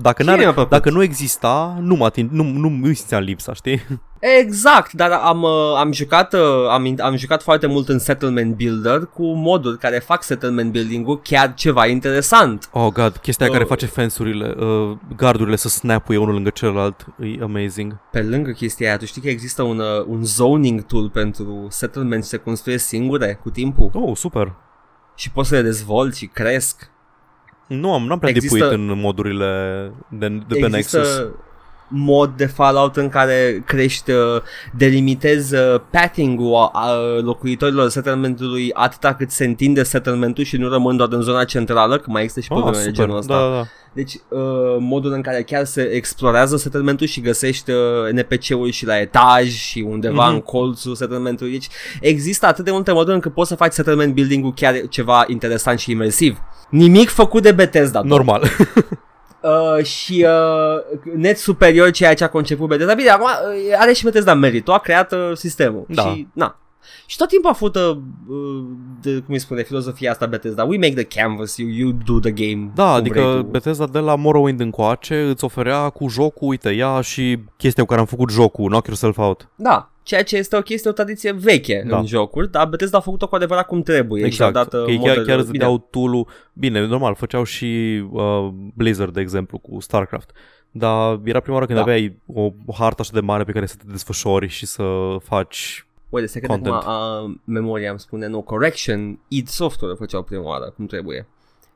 [SPEAKER 2] dacă,
[SPEAKER 1] Cine mi-a
[SPEAKER 2] n-ar,
[SPEAKER 1] plăcut?
[SPEAKER 2] dacă nu exista, nu mă ating, nu, nu, nu simțeam lipsa, știi?
[SPEAKER 1] Exact, dar am, uh, am jucat uh, am, in- am jucat foarte mult în settlement builder cu moduri care fac settlement building-ul chiar ceva interesant.
[SPEAKER 2] Oh, god, chestia
[SPEAKER 1] Oh.
[SPEAKER 2] care face fensurile, uh, gardurile să snap-uie unul lângă celălalt, e amazing.
[SPEAKER 1] Pe lângă chestia aia, tu știi că există un, uh, un zoning tool pentru settlement se construiesc singure cu timpul
[SPEAKER 2] Oh, super.
[SPEAKER 1] și poți să le dezvolți și cresc.
[SPEAKER 2] Nu am, n-am prea
[SPEAKER 1] Există-
[SPEAKER 2] Există... dipuit în modurile de, de pe Nexus.
[SPEAKER 1] mod de Fallout în care crești, uh, delimitezi uh, patting-ul a, a locuitorilor settlementului atâta cât se întinde settlementul și nu rămân doar în zona centrală, că mai există și probleme de genul ăsta.
[SPEAKER 2] Ah, Da, da.
[SPEAKER 1] Deci uh, modul în care chiar se explorează settlementul și găsești uh, NPC-uri și la etaj și undeva
[SPEAKER 2] Mhm.
[SPEAKER 1] mm-hmm. în colțul settlementului. Deci există atât de multe moduri încât poți să faci settlement building-ul chiar ceva interesant și imersiv. Nimic făcut de Bethesda. doar.
[SPEAKER 2] Normal.
[SPEAKER 1] Uh, și uh, net superior ceea ce a conceput Bethesda. Bine, acum uh, are și Bethesda meritul, a creat uh, sistemul.
[SPEAKER 2] Da.
[SPEAKER 1] Și, na. Și tot timpul a fost, uh, uh, de, cum îi spune, filozofia asta Bethesda. We make the canvas, you, you do the game.
[SPEAKER 2] Da,
[SPEAKER 1] cum vrei
[SPEAKER 2] adică
[SPEAKER 1] tu.
[SPEAKER 2] Bethesda de la Morrowind încoace îți oferea cu jocul, uite, ia și chestia cu care am făcut jocul, knock yourself out.
[SPEAKER 1] Da, ceea ce este o chestie, o tradiție veche
[SPEAKER 2] Da.
[SPEAKER 1] da. în jocuri, dar Bethesda a făcut-o cu adevărat cum trebuie.
[SPEAKER 2] Exact,
[SPEAKER 1] Și a dat,
[SPEAKER 2] că
[SPEAKER 1] uh,
[SPEAKER 2] ei chiar,
[SPEAKER 1] modelul.
[SPEAKER 2] chiar îți
[SPEAKER 1] Bine,
[SPEAKER 2] dădeau tool Bine, normal, făceau și uh, Blizzard, de exemplu, cu StarCraft. Dar era prima oară când
[SPEAKER 1] Da.
[SPEAKER 2] aveai o hartă așa de mare pe care să te desfășori și să faci...
[SPEAKER 1] Uite, se cred acum
[SPEAKER 2] content.
[SPEAKER 1] a, memoria îmi spune, nu, correction, id software făceau prima oară, cum trebuie.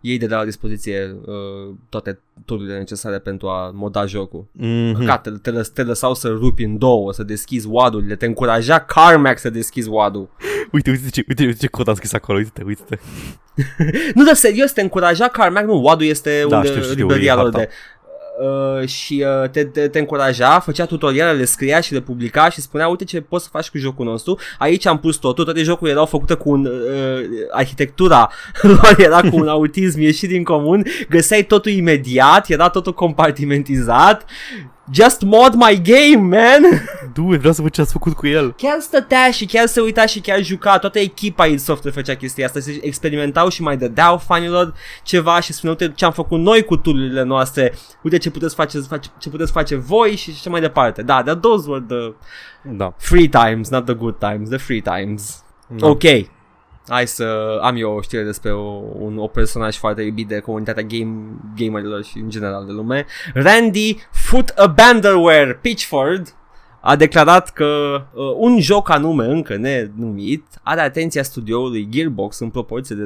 [SPEAKER 1] Ei de la dispoziție uh, toate tururile necesare pentru a moda jocul.
[SPEAKER 2] Mm-hmm.
[SPEAKER 1] Ca, te, te, lăs- te lăsau să rupi în două, să deschizi wadurile, te încuraja Carmack să deschizi wadul.
[SPEAKER 2] Uite, uite ce, uite, uite ce cod am scris acolo, uite-te, uite-te.
[SPEAKER 1] Nu, dar serios, te încuraja Carmack, nu, Wadu este
[SPEAKER 2] Da,
[SPEAKER 1] da, unde
[SPEAKER 2] știu, știu,
[SPEAKER 1] libreria
[SPEAKER 2] e
[SPEAKER 1] lor
[SPEAKER 2] harta.
[SPEAKER 1] de... Uh, și uh, te, te, te încuraja, făcea tutoriale, le scria și le publica și spunea uite ce poți să faci cu jocul nostru, aici am pus totul, toate jocurile erau făcute cu un, uh, arhitectura lor era cu un autism ieșit din comun, găseai totul imediat, era totul compartimentizat, just mod my game, man!
[SPEAKER 2] Du, vreau să văd ce ați făcut cu el.
[SPEAKER 1] chiar stătea și chiar se uita și chiar juca, toată echipa id Software făcea chestia asta, se experimentau și mai dădeau fanilor ceva și spuneau uite ce am făcut noi cu tururile noastre, uite ce puteți face, face- ce puteți face voi și așa mai departe. Da, dar those were the
[SPEAKER 2] Da.
[SPEAKER 1] free times, not the good times, the free times.
[SPEAKER 2] Da.
[SPEAKER 1] No. Ok. Hai să am eu o știre despre o, un o personaj foarte iubit de comunitatea game, gamerilor și în general de lume. Randy Foot Abanderware Pitchford a declarat că uh, un joc anume încă nenumit are atenția studioului Gearbox în proporție de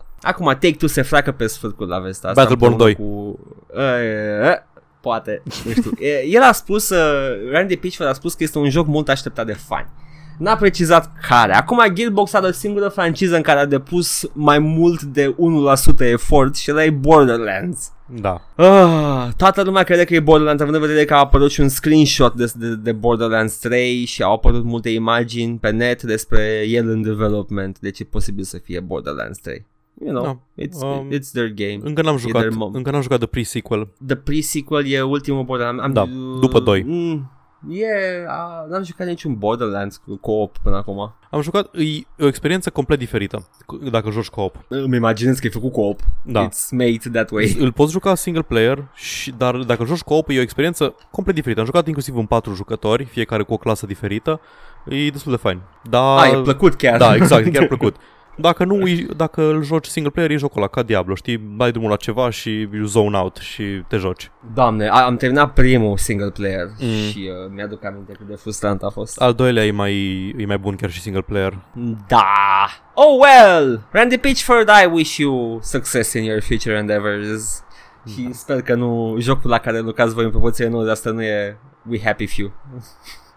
[SPEAKER 1] 90%. Acum Take-Two se freacă pe sfârcul la vestea asta.
[SPEAKER 2] Battleborn
[SPEAKER 1] împreună Cu, uh, poate, nu știu. E, El a spus, uh, Randy Pitchford a spus că este un joc mult așteptat de fani. N-a precizat care. Acum Gearbox are o singură franciză în care a depus mai mult de 1% efort și ăla e Borderlands.
[SPEAKER 2] Da.
[SPEAKER 1] Ah, toată lumea crede că e Borderlands, având în vedere că a apărut și un screenshot de, de, de Borderlands 3 și au apărut multe imagini pe net despre el în development, deci e posibil să fie Borderlands 3. You know,
[SPEAKER 2] Da.
[SPEAKER 1] it's,
[SPEAKER 2] Um,
[SPEAKER 1] it's their game.
[SPEAKER 2] Încă n-am jucat,
[SPEAKER 1] de mom.
[SPEAKER 2] încă n-am jucat de pre-sequel.
[SPEAKER 1] The pre-sequel e ultimul Borderlands. Am,
[SPEAKER 2] Da, după doi.
[SPEAKER 1] Mm, e, a, n-am jucat niciun Borderlands cu co-op până acum.
[SPEAKER 2] Am jucat, e o experiență complet diferită, cu- dacă joci co-op.
[SPEAKER 1] Îmi imaginez că e făcut co-op.
[SPEAKER 2] Da.
[SPEAKER 1] It's made that way.
[SPEAKER 2] Îl poți juca single player, și, dar dacă joci co-op e o experiență complet diferită. Am jucat inclusiv în patru jucători, fiecare cu o clasă diferită. E destul de fain. Da,
[SPEAKER 1] A, Ah, e plăcut chiar.
[SPEAKER 2] da, exact, e chiar plăcut. Dacă nu, îi- dacă îl joci single player, e jocul ăla, ca Diablo, știi? Dai drumul la ceva și you zone out și te joci.
[SPEAKER 1] Doamne, a- am terminat primul single player
[SPEAKER 2] Mm.
[SPEAKER 1] mm. și uh, mi-aduc aminte cât de frustrant a fost.
[SPEAKER 2] Al doilea e mai, e mai bun chiar și single player.
[SPEAKER 1] Da. Oh well, Randy Pitchford, I wish you success in your future endeavors.
[SPEAKER 2] Da.
[SPEAKER 1] Și sper că nu jocul la care lucrați voi în proporție nu, de asta nu e We Happy Few.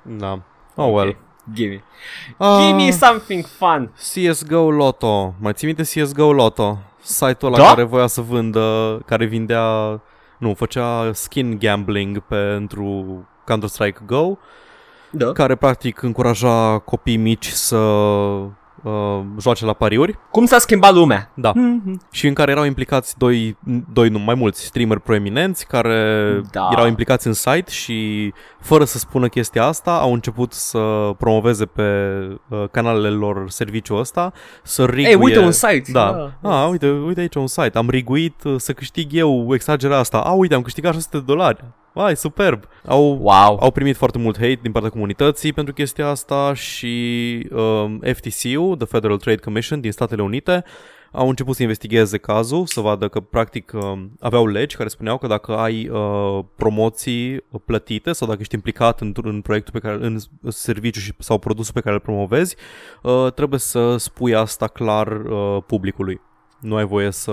[SPEAKER 2] Da. Oh well.
[SPEAKER 1] Give me.
[SPEAKER 2] Ah.
[SPEAKER 1] Give me something fun.
[SPEAKER 2] CSGO Lotto. Mai ții minte CSGO Lotto? Site-ul ăla
[SPEAKER 1] Da?
[SPEAKER 2] care voia să vândă, care vindea, nu, făcea skin gambling pentru Counter-Strike Go,
[SPEAKER 1] Da.
[SPEAKER 2] care practic încuraja copii mici să uh, joace la pariuri.
[SPEAKER 1] Cum s-a schimbat lumea?
[SPEAKER 2] Da.
[SPEAKER 1] Mhm.
[SPEAKER 2] Și în care erau implicați doi, doi nu, mai mulți streameri proeminenți care
[SPEAKER 1] Da.
[SPEAKER 2] erau implicați în site și fără să spună chestia asta au început să promoveze pe uh, canalele lor serviciul ăsta, să riguie...
[SPEAKER 1] Ei, uite un site.
[SPEAKER 2] Da. Ah, uite, uite aici un site. Am riguit uh, să câștig eu exagerarea asta. A, uite, am câștigat 600 de dolari. Vai, superb. Au,
[SPEAKER 1] Wow.
[SPEAKER 2] au primit foarte mult hate din partea comunității pentru chestia asta și um, FTC-ul, The Federal Trade Commission din Statele Unite, au început să investigheze cazul, să vadă că practic um, aveau legi care spuneau că dacă ai uh, promoții plătite sau dacă ești implicat într-un în proiectul pe care în serviciu și, sau produsul pe care îl promovezi, uh, trebuie să spui asta clar uh, publicului. nu ai voie să,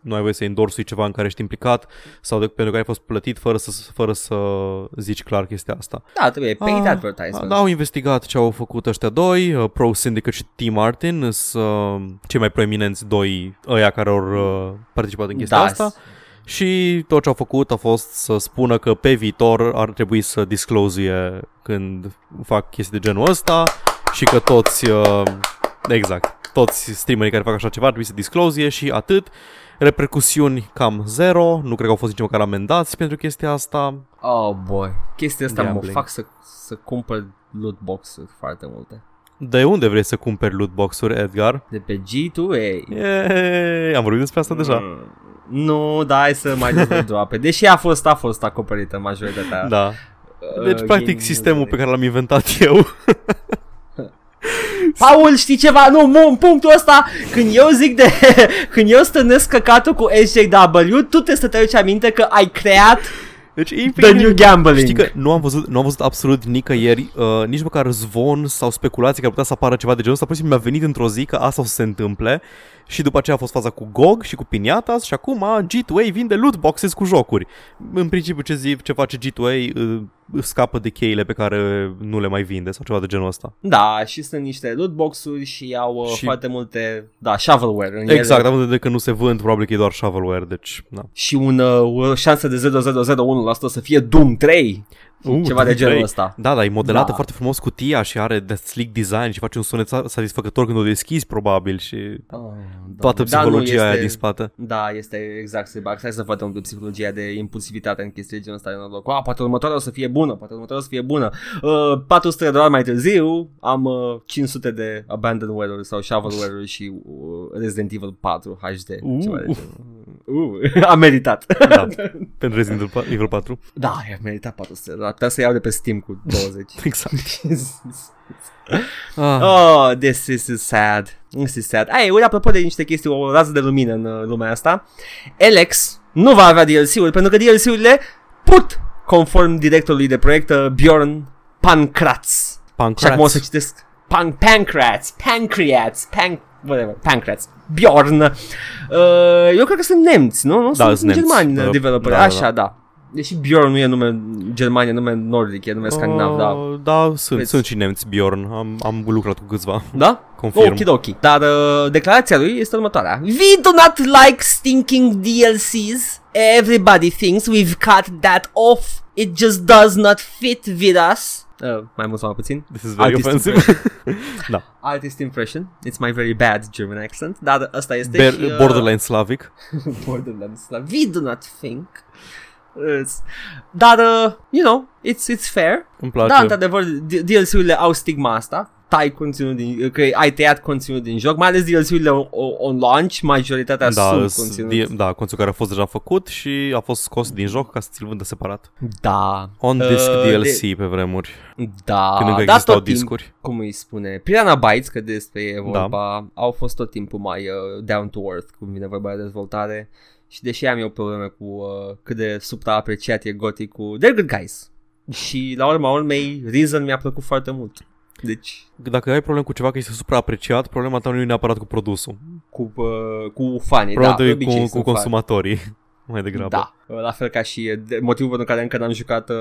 [SPEAKER 2] nu ai voie să endorsui ceva în care ești implicat sau de, pentru care ai fost plătit fără să, fără să zici clar chestia asta.
[SPEAKER 1] Da, trebuie paid
[SPEAKER 2] Ah,
[SPEAKER 1] advertisement.
[SPEAKER 2] Da, au investigat ce au făcut ăștia doi, uh, Pro Syndicate și T. Martin, sunt uh, cei mai proeminenți doi ăia care au uh, participat în chestia
[SPEAKER 1] Da,
[SPEAKER 2] asta. Și tot ce au făcut a fost să spună că pe viitor ar trebui să disclozie când fac chestii de genul ăsta și că toți, uh, exact, toți streamerii care fac așa ceva ar trebui să disclozie și atât. Repercusiuni cam zero, nu cred că au fost nici măcar amendați pentru chestia asta.
[SPEAKER 1] Oh boy, chestia asta
[SPEAKER 2] Gambling.
[SPEAKER 1] mă fac să, să cumpăr loot box-uri foarte multe.
[SPEAKER 2] De unde vrei să cumperi lootbox-uri, Edgar?
[SPEAKER 1] De pe G2A.
[SPEAKER 2] Yay! Am vorbit despre asta deja.
[SPEAKER 1] Mm, Nu, da, hai să mai dezvădroape. Deși a fost, a fost acoperită majoritatea.
[SPEAKER 2] Da.
[SPEAKER 1] uh,
[SPEAKER 2] Deci, practic,
[SPEAKER 1] gaming
[SPEAKER 2] sistemul
[SPEAKER 1] user.
[SPEAKER 2] pe care l-am inventat eu.
[SPEAKER 1] Paul, știi ceva? Nu, mu, în punctul ăsta, când eu zic de... când eu stănesc căcatul cu SJW, tu trebuie să te aduci aminte că ai creat
[SPEAKER 2] Deci, e
[SPEAKER 1] The
[SPEAKER 2] incredibil.
[SPEAKER 1] New Gambling.
[SPEAKER 2] Știi că nu am văzut, nu am văzut absolut nicăieri uh, nici măcar zvon sau speculații că ar putea să apară ceva de genul ăsta. Pur și simplu mi-a venit într-o zi că asta o să se întâmple și după aceea a fost faza cu GOG și cu Piniatas și acum G2A vinde loot boxes cu jocuri. În principiu ce zi, ce face G2A uh, scapă de cheile pe care nu le mai vinde sau ceva de genul ăsta.
[SPEAKER 1] Da, și sunt niște loot box-uri și au și...
[SPEAKER 2] Și-
[SPEAKER 1] foarte multe, da, shovelware în
[SPEAKER 2] Exact,
[SPEAKER 1] ele.
[SPEAKER 2] având în vedere că nu se vând, probabil că e doar shovelware, deci... Na.
[SPEAKER 1] Și un, uh, o șansă de 0,001% să fie Doom 3,
[SPEAKER 2] Uh,
[SPEAKER 1] ceva de
[SPEAKER 2] Doom
[SPEAKER 1] genul
[SPEAKER 2] 3.
[SPEAKER 1] ăsta.
[SPEAKER 2] Da, da, e modelată
[SPEAKER 1] Da.
[SPEAKER 2] foarte frumos cutia și are de sleek design și face un sunet sa- satisfăcător când o deschizi, probabil, și
[SPEAKER 1] Oh, da.
[SPEAKER 2] toată
[SPEAKER 1] Da, nu,
[SPEAKER 2] psihologia
[SPEAKER 1] este-
[SPEAKER 2] aia din spate.
[SPEAKER 1] Da, este exact, se bag. Stai să facem un pic psihologia de impulsivitate în chestii de genul ăsta. În loc, A, Ah, poate următoarea o să fie bună, poate următoarea o să fie bună. Uh, 400 de dolari mai târziu am uh, 500 de abandonware sau shovelware și uh, Resident Evil 4 HD.
[SPEAKER 2] Uh.
[SPEAKER 1] Ceva de genul. Uh, am meritat.
[SPEAKER 2] Da, pentru Resident Evil pa- Evil 4.
[SPEAKER 1] Da, am meritat 400 de dolari. Puteam să iau de pe Steam cu 20.
[SPEAKER 2] Exact. Ah.
[SPEAKER 1] Oh, this is sad. This is sad. Ai, ori apropo de niște chestii, o rază de lumină în uh, lumea asta. Alex nu va avea DLC-uri, pentru că DLC-urile put, conform directorului de proiect, uh, Bjorn Pankratz. Și acum o să
[SPEAKER 2] Pancrats.
[SPEAKER 1] citesc pan- Pancratz, Pancreats, Pan... Whatever, Pancratz, Bjorn. Uh, eu cred că sunt nemți, nu? nu
[SPEAKER 2] Da,
[SPEAKER 1] sunt,
[SPEAKER 2] sunt nemți.
[SPEAKER 1] germani
[SPEAKER 2] Da,
[SPEAKER 1] uh, developeri,
[SPEAKER 2] da, da,
[SPEAKER 1] așa, da. Deși Bjorn nu e nume Germania, e nume nordic, e nume scandinav, da.
[SPEAKER 2] Oh, da, sunt,
[SPEAKER 1] Vezi.
[SPEAKER 2] sunt și nemți, Bjorn. Am, am lucrat cu câțiva.
[SPEAKER 1] Da?
[SPEAKER 2] Confirm.
[SPEAKER 1] Okidoki. Dar uh, declarația lui este următoarea. We do not like stinking DLCs. Everybody thinks we've cut that off. It just does not fit with us. Uh, mai mult sau mai puțin.
[SPEAKER 2] This is very
[SPEAKER 1] Artist
[SPEAKER 2] offensive. da,
[SPEAKER 1] Artist impression. It's my very bad German accent. Dar asta este
[SPEAKER 2] Ber-
[SPEAKER 1] și, uh,
[SPEAKER 2] borderline slavic.
[SPEAKER 1] Borderlands. Dar we do not think. It's- Dar, uh, you know, it's, it's fair.
[SPEAKER 2] Îmi place.
[SPEAKER 1] Da, într-adevăr, D- DLC-urile au stigma asta tai conținut din, că ai tăiat conținut din joc, mai ales DLC-urile on, on launch, majoritatea
[SPEAKER 2] da,
[SPEAKER 1] sunt
[SPEAKER 2] s-
[SPEAKER 1] conținut.
[SPEAKER 2] di- da, conținut care a fost deja făcut și a fost scos din joc ca să ți-l vândă separat.
[SPEAKER 1] Da,
[SPEAKER 2] On disc
[SPEAKER 1] Uh,
[SPEAKER 2] DLC pe vremuri,
[SPEAKER 1] da,
[SPEAKER 2] când
[SPEAKER 1] da
[SPEAKER 2] încă existau
[SPEAKER 1] tot timpul,
[SPEAKER 2] discuri.
[SPEAKER 1] cum îi spune, Piranha Bytes, că despre e
[SPEAKER 2] Da.
[SPEAKER 1] vorba, au fost tot timpul mai uh, down to earth, cum vine vorba de dezvoltare. Și deși am eu probleme cu uh, cât de supraapreciat e Gothic cu They're Good Guys. Și la urma urmei, Reason mi-a plăcut foarte mult. Deci,
[SPEAKER 2] Dacă ai probleme cu ceva că este supraapreciat, problema ta nu e neapărat cu produsul.
[SPEAKER 1] cu, uh, cu fanii, da,
[SPEAKER 2] Problema ta
[SPEAKER 1] de
[SPEAKER 2] e
[SPEAKER 1] obicei
[SPEAKER 2] cu,
[SPEAKER 1] sunt
[SPEAKER 2] cu
[SPEAKER 1] fani.
[SPEAKER 2] consumatorii. Mai degrabă.
[SPEAKER 1] Da, la fel ca și de- motivul pentru care încă n-am jucat uh,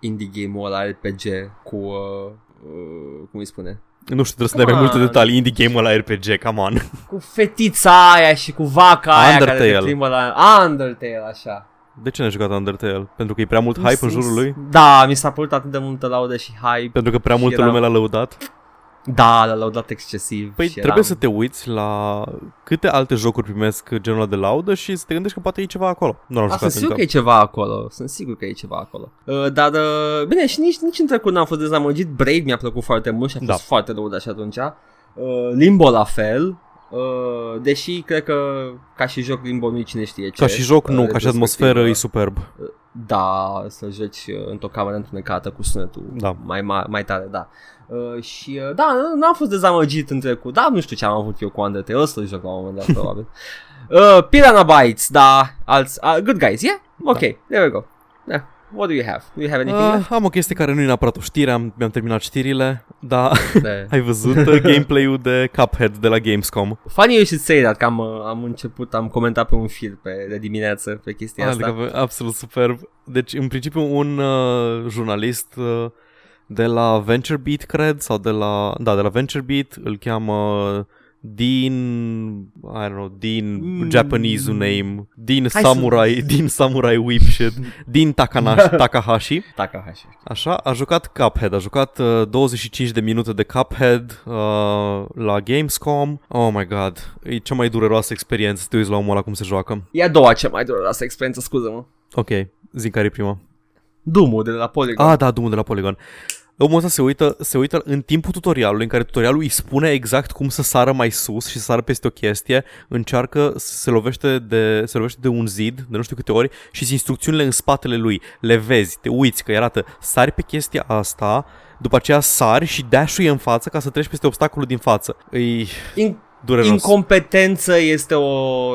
[SPEAKER 1] indie game-ul ăla RPG cu, uh, uh, cum îi spune,
[SPEAKER 2] Nu știu, trebuie să
[SPEAKER 1] Come
[SPEAKER 2] dai mai multe
[SPEAKER 1] on.
[SPEAKER 2] detalii. Indie game la RPG, come on.
[SPEAKER 1] cu fetița aia și cu vaca aia care te
[SPEAKER 2] Undertale.
[SPEAKER 1] plimbă la Undertale, așa.
[SPEAKER 2] De ce n-ai jucat Undertale? Pentru că e prea mult hype în jurul lui?
[SPEAKER 1] Da, mi s-a părut atât de multă laudă și hype.
[SPEAKER 2] Pentru că prea
[SPEAKER 1] Și
[SPEAKER 2] multă
[SPEAKER 1] era-
[SPEAKER 2] lume l-a lăudat?
[SPEAKER 1] Da, l-a laudat excesiv.
[SPEAKER 2] Păi
[SPEAKER 1] și
[SPEAKER 2] trebuie
[SPEAKER 1] eram-
[SPEAKER 2] să te uiți la câte alte jocuri primesc genul ăla de laudă și să te gândești că poate e ceva acolo. Nu l-am
[SPEAKER 1] A,
[SPEAKER 2] jucat
[SPEAKER 1] sunt sigur
[SPEAKER 2] încă.
[SPEAKER 1] că e ceva acolo, sunt sigur că e ceva acolo. Uh, dar, uh, bine, și nici, nici în trecut n-am fost dezamăgit, Braid mi-a plăcut foarte mult și a fost
[SPEAKER 2] Da.
[SPEAKER 1] foarte rău și atunci. Uh, Limbo la fel, uh, deși cred că ca și joc Limbo nu cine știe ce.
[SPEAKER 2] Ca și joc,
[SPEAKER 1] uh,
[SPEAKER 2] nu, ca și
[SPEAKER 1] retrospectivă.
[SPEAKER 2] atmosferă, e superb.
[SPEAKER 1] Da, să joci uh, într-o cameră întunecată cu sunetul
[SPEAKER 2] Da.
[SPEAKER 1] mai, mai, mai tare, da. Uh, și uh, da, n- n-am fost dezamăgit în trecut, da, nu știu ce am avut eu cu Undertale, o să-l joc la un moment dat, probabil.
[SPEAKER 2] Da.
[SPEAKER 1] Uh, Piranha Bytes, da, alți, uh, good guys, yeah? Ok, there we go. Yeah, What do you have? Do you have anything uh, left?
[SPEAKER 2] Ah, am o chestie care nu e neapărat o știre, am, mi-am terminat știrile, dar
[SPEAKER 1] Da.
[SPEAKER 2] ai văzut uh, gameplay-ul de Cuphead de la Gamescom?
[SPEAKER 1] Funny you should say that, că am, uh, am început, am comentat pe un fir pe, de dimineață pe chestia asta.
[SPEAKER 2] Adică, absolut superb. Deci, în principiu, un uh, jurnalist uh, de la VentureBeat, cred, sau de la... Da, de la VentureBeat, îl cheamă Dean... I don't know, Dean...
[SPEAKER 1] Mm.
[SPEAKER 2] Japanese name. Dean
[SPEAKER 1] să-
[SPEAKER 2] Samurai... Dean Samurai Whipshit. Dean
[SPEAKER 1] Da.
[SPEAKER 2] Takanashi, Takahashi.
[SPEAKER 1] Takahashi.
[SPEAKER 2] Așa, a jucat Cuphead, a jucat uh, 25 de minute de Cuphead uh, la Gamescom. Oh my god, e cea mai dureroasă experiență să te uiți la omul ăla cum se joacă.
[SPEAKER 1] E a doua cea mai dureroasă experiență, scuză-mă.
[SPEAKER 2] Ok, zic care e prima.
[SPEAKER 1] Dumul de la Polygon.
[SPEAKER 2] Ah, da, dumul de la Polygon. Omul ăsta se uită, se uită în timpul tutorialului în care tutorialul îi spune exact cum să sară mai sus și să sară peste o chestie, încearcă să se lovește de, se lovește de un zid de nu știu câte ori și sunt instrucțiunile în spatele lui. Le vezi, te uiți că arată, sari pe chestia asta, după aceea sari și dash e în față ca să treci peste obstacolul din față. Îi
[SPEAKER 1] In-
[SPEAKER 2] dureros.
[SPEAKER 1] incompetență este o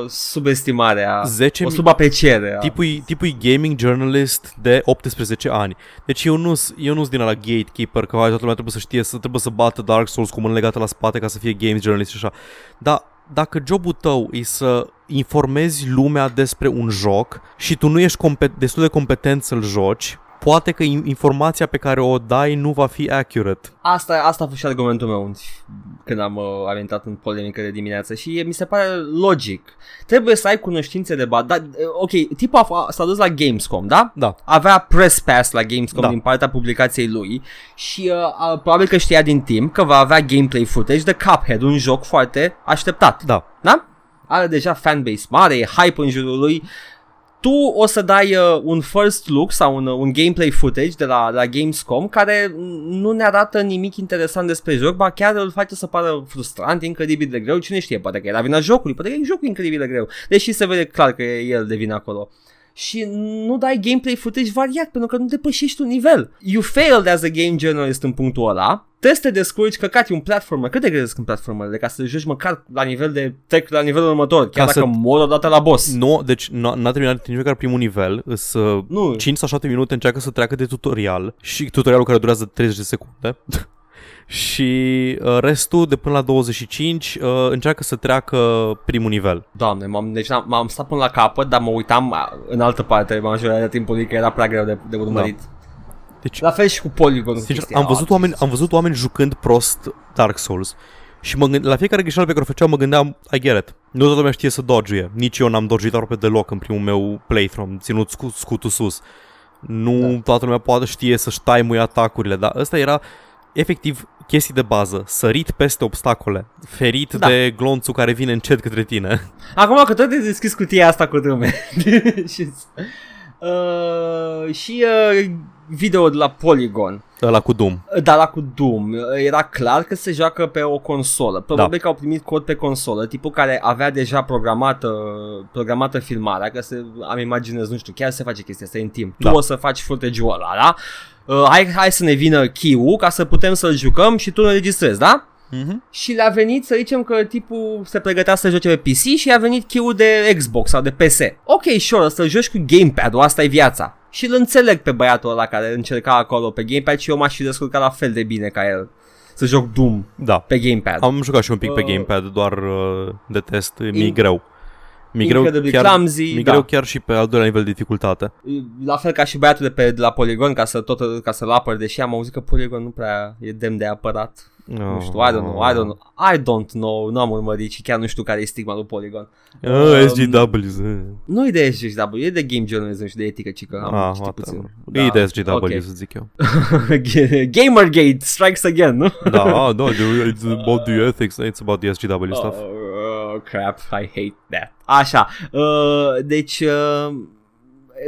[SPEAKER 1] subestimare, a,
[SPEAKER 2] 10
[SPEAKER 1] o
[SPEAKER 2] mi-
[SPEAKER 1] subapreciere. A...
[SPEAKER 2] Tipul, tipul e Da. gaming journalist de 18 ani. Deci eu nu eu nu din ala gatekeeper că hai, toată lumea trebuie să știe, să trebuie să bată Dark Souls cu mâna legată la spate ca să fie games journalist și așa. Dar dacă jobul tău e să informezi lumea despre un joc și tu nu ești compet- destul de competent să-l joci, poate că in- informația pe care o dai nu va fi accurate.
[SPEAKER 1] Asta, asta a fost și argumentul meu în- când am uh, am intrat în polemică de dimineață și e- mi se pare logic. Trebuie să ai cunoștințe de bază. Dar, uh, ok, tipul a f- s-a dus la Gamescom, da?
[SPEAKER 2] Da.
[SPEAKER 1] Avea press pass la Gamescom
[SPEAKER 2] Da.
[SPEAKER 1] din partea publicației lui și uh, a- probabil că știa din timp că va avea gameplay footage de Cuphead, un joc foarte așteptat.
[SPEAKER 2] Da.
[SPEAKER 1] Da? Are deja fanbase mare, e hype în jurul lui. Tu o să dai uh, un first look sau un, uh, un gameplay footage de la, la Gamescom care nu ne arată nimic interesant despre joc, ba chiar îl face să pară frustrant, incredibil de greu. Cine știe, poate că era vina jocului, poate că e jocul incredibil de greu. Deși se vede clar că e el de vină acolo. Și nu dai gameplay footage variat pentru că nu depășești un nivel. You failed as a game journalist în punctul ăla. Trebuie să te descurci că cati un platformer. Cât de greu sunt platformerele ca să joci măcar la nivel de trec la nivelul următor, chiar
[SPEAKER 2] Ca să-
[SPEAKER 1] dacă mor odată la boss.
[SPEAKER 2] Nu, deci n-a, n-a terminat nici măcar primul nivel, să
[SPEAKER 1] Nu,
[SPEAKER 2] 5 sau 7 minute încearcă să treacă de tutorial și tutorialul care durează 30 de secunde și uh, restul de până la 25 uh, încearcă să treacă primul nivel.
[SPEAKER 1] Doamne, m-am, deci am m-am stat până la capăt, dar mă uitam a, în altă parte majoritatea timpului că era prea greu de, de urmărit.
[SPEAKER 2] Deci-
[SPEAKER 1] La fel și cu Polygon.
[SPEAKER 2] Sincer,
[SPEAKER 1] chestia.
[SPEAKER 2] am văzut, oameni, am văzut oameni jucând prost Dark Souls și mă gând, la fiecare greșeală pe care o făceam mă gândeam, I get it. Nu toată lumea știe să dodge Nici eu n-am dodge aproape deloc în primul meu playthrough. Am ținut scu- scutul sus. Nu da. toată lumea poate știe să-și taimui atacurile, dar ăsta era efectiv chestii de bază, sărit peste obstacole, ferit
[SPEAKER 1] Da.
[SPEAKER 2] da. de glonțul care vine încet către tine.
[SPEAKER 1] Acum că tot te deschizi cutia asta cu drume. și, uh, și uh, video de la Polygon,
[SPEAKER 2] Ăla cu Doom.
[SPEAKER 1] dar la Da, cu Doom, uh, era clar că se joacă pe o consolă. Probabil că au primit cod pe consolă, tipul care avea deja programată, programată filmarea, că se, am imaginez, nu știu, chiar se face chestia asta e în timp.
[SPEAKER 2] Da.
[SPEAKER 1] Tu o să faci footage-ul ăla, da? Uh, hai, hai să ne vină key ca să putem să-l jucăm și tu ne registrezi, da?
[SPEAKER 2] Mm-hmm.
[SPEAKER 1] Și le-a venit să zicem că tipul se pregătea să joace pe PC și i-a venit q de Xbox sau de PS. Ok, sure, să joci cu gamepad-ul, asta e viața. Și îl înțeleg pe băiatul ăla care încerca acolo pe gamepad și eu m-aș fi descurcat la fel de bine ca el. Să joc Doom
[SPEAKER 2] Da.
[SPEAKER 1] pe gamepad.
[SPEAKER 2] Am jucat și un pic uh, pe
[SPEAKER 1] Uh,
[SPEAKER 2] gamepad, doar uh, de test, mi-e
[SPEAKER 1] in-
[SPEAKER 2] greu. Mi-e greu
[SPEAKER 1] incredibil
[SPEAKER 2] chiar,
[SPEAKER 1] clumsy,
[SPEAKER 2] mi-e
[SPEAKER 1] da.
[SPEAKER 2] greu chiar și pe al doilea nivel de dificultate.
[SPEAKER 1] La fel ca și băiatul de, pe, de la Polygon ca, să tot, ca să-l apăr, deși am auzit că Polygon nu prea e demn de apărat. Nu știu, I don't know, I don't know, I don't know, nu am urmărit și chiar nu știu care e stigma lui Polygon.
[SPEAKER 2] Ah,
[SPEAKER 1] Um,
[SPEAKER 2] SGWs. eh.
[SPEAKER 1] Nu e de SGW, e de game journalism și de etică, ci că am
[SPEAKER 2] Ah,
[SPEAKER 1] citit puțin. Da.
[SPEAKER 2] whatever. E de SGW,
[SPEAKER 1] ok.
[SPEAKER 2] să zic eu.
[SPEAKER 1] Gamergate strikes again, nu?
[SPEAKER 2] Da, ah, no, the- it's about the ethics, it's about the SGW stuff.
[SPEAKER 1] Oh, oh, crap, I hate that. Așa, uh, deci uh,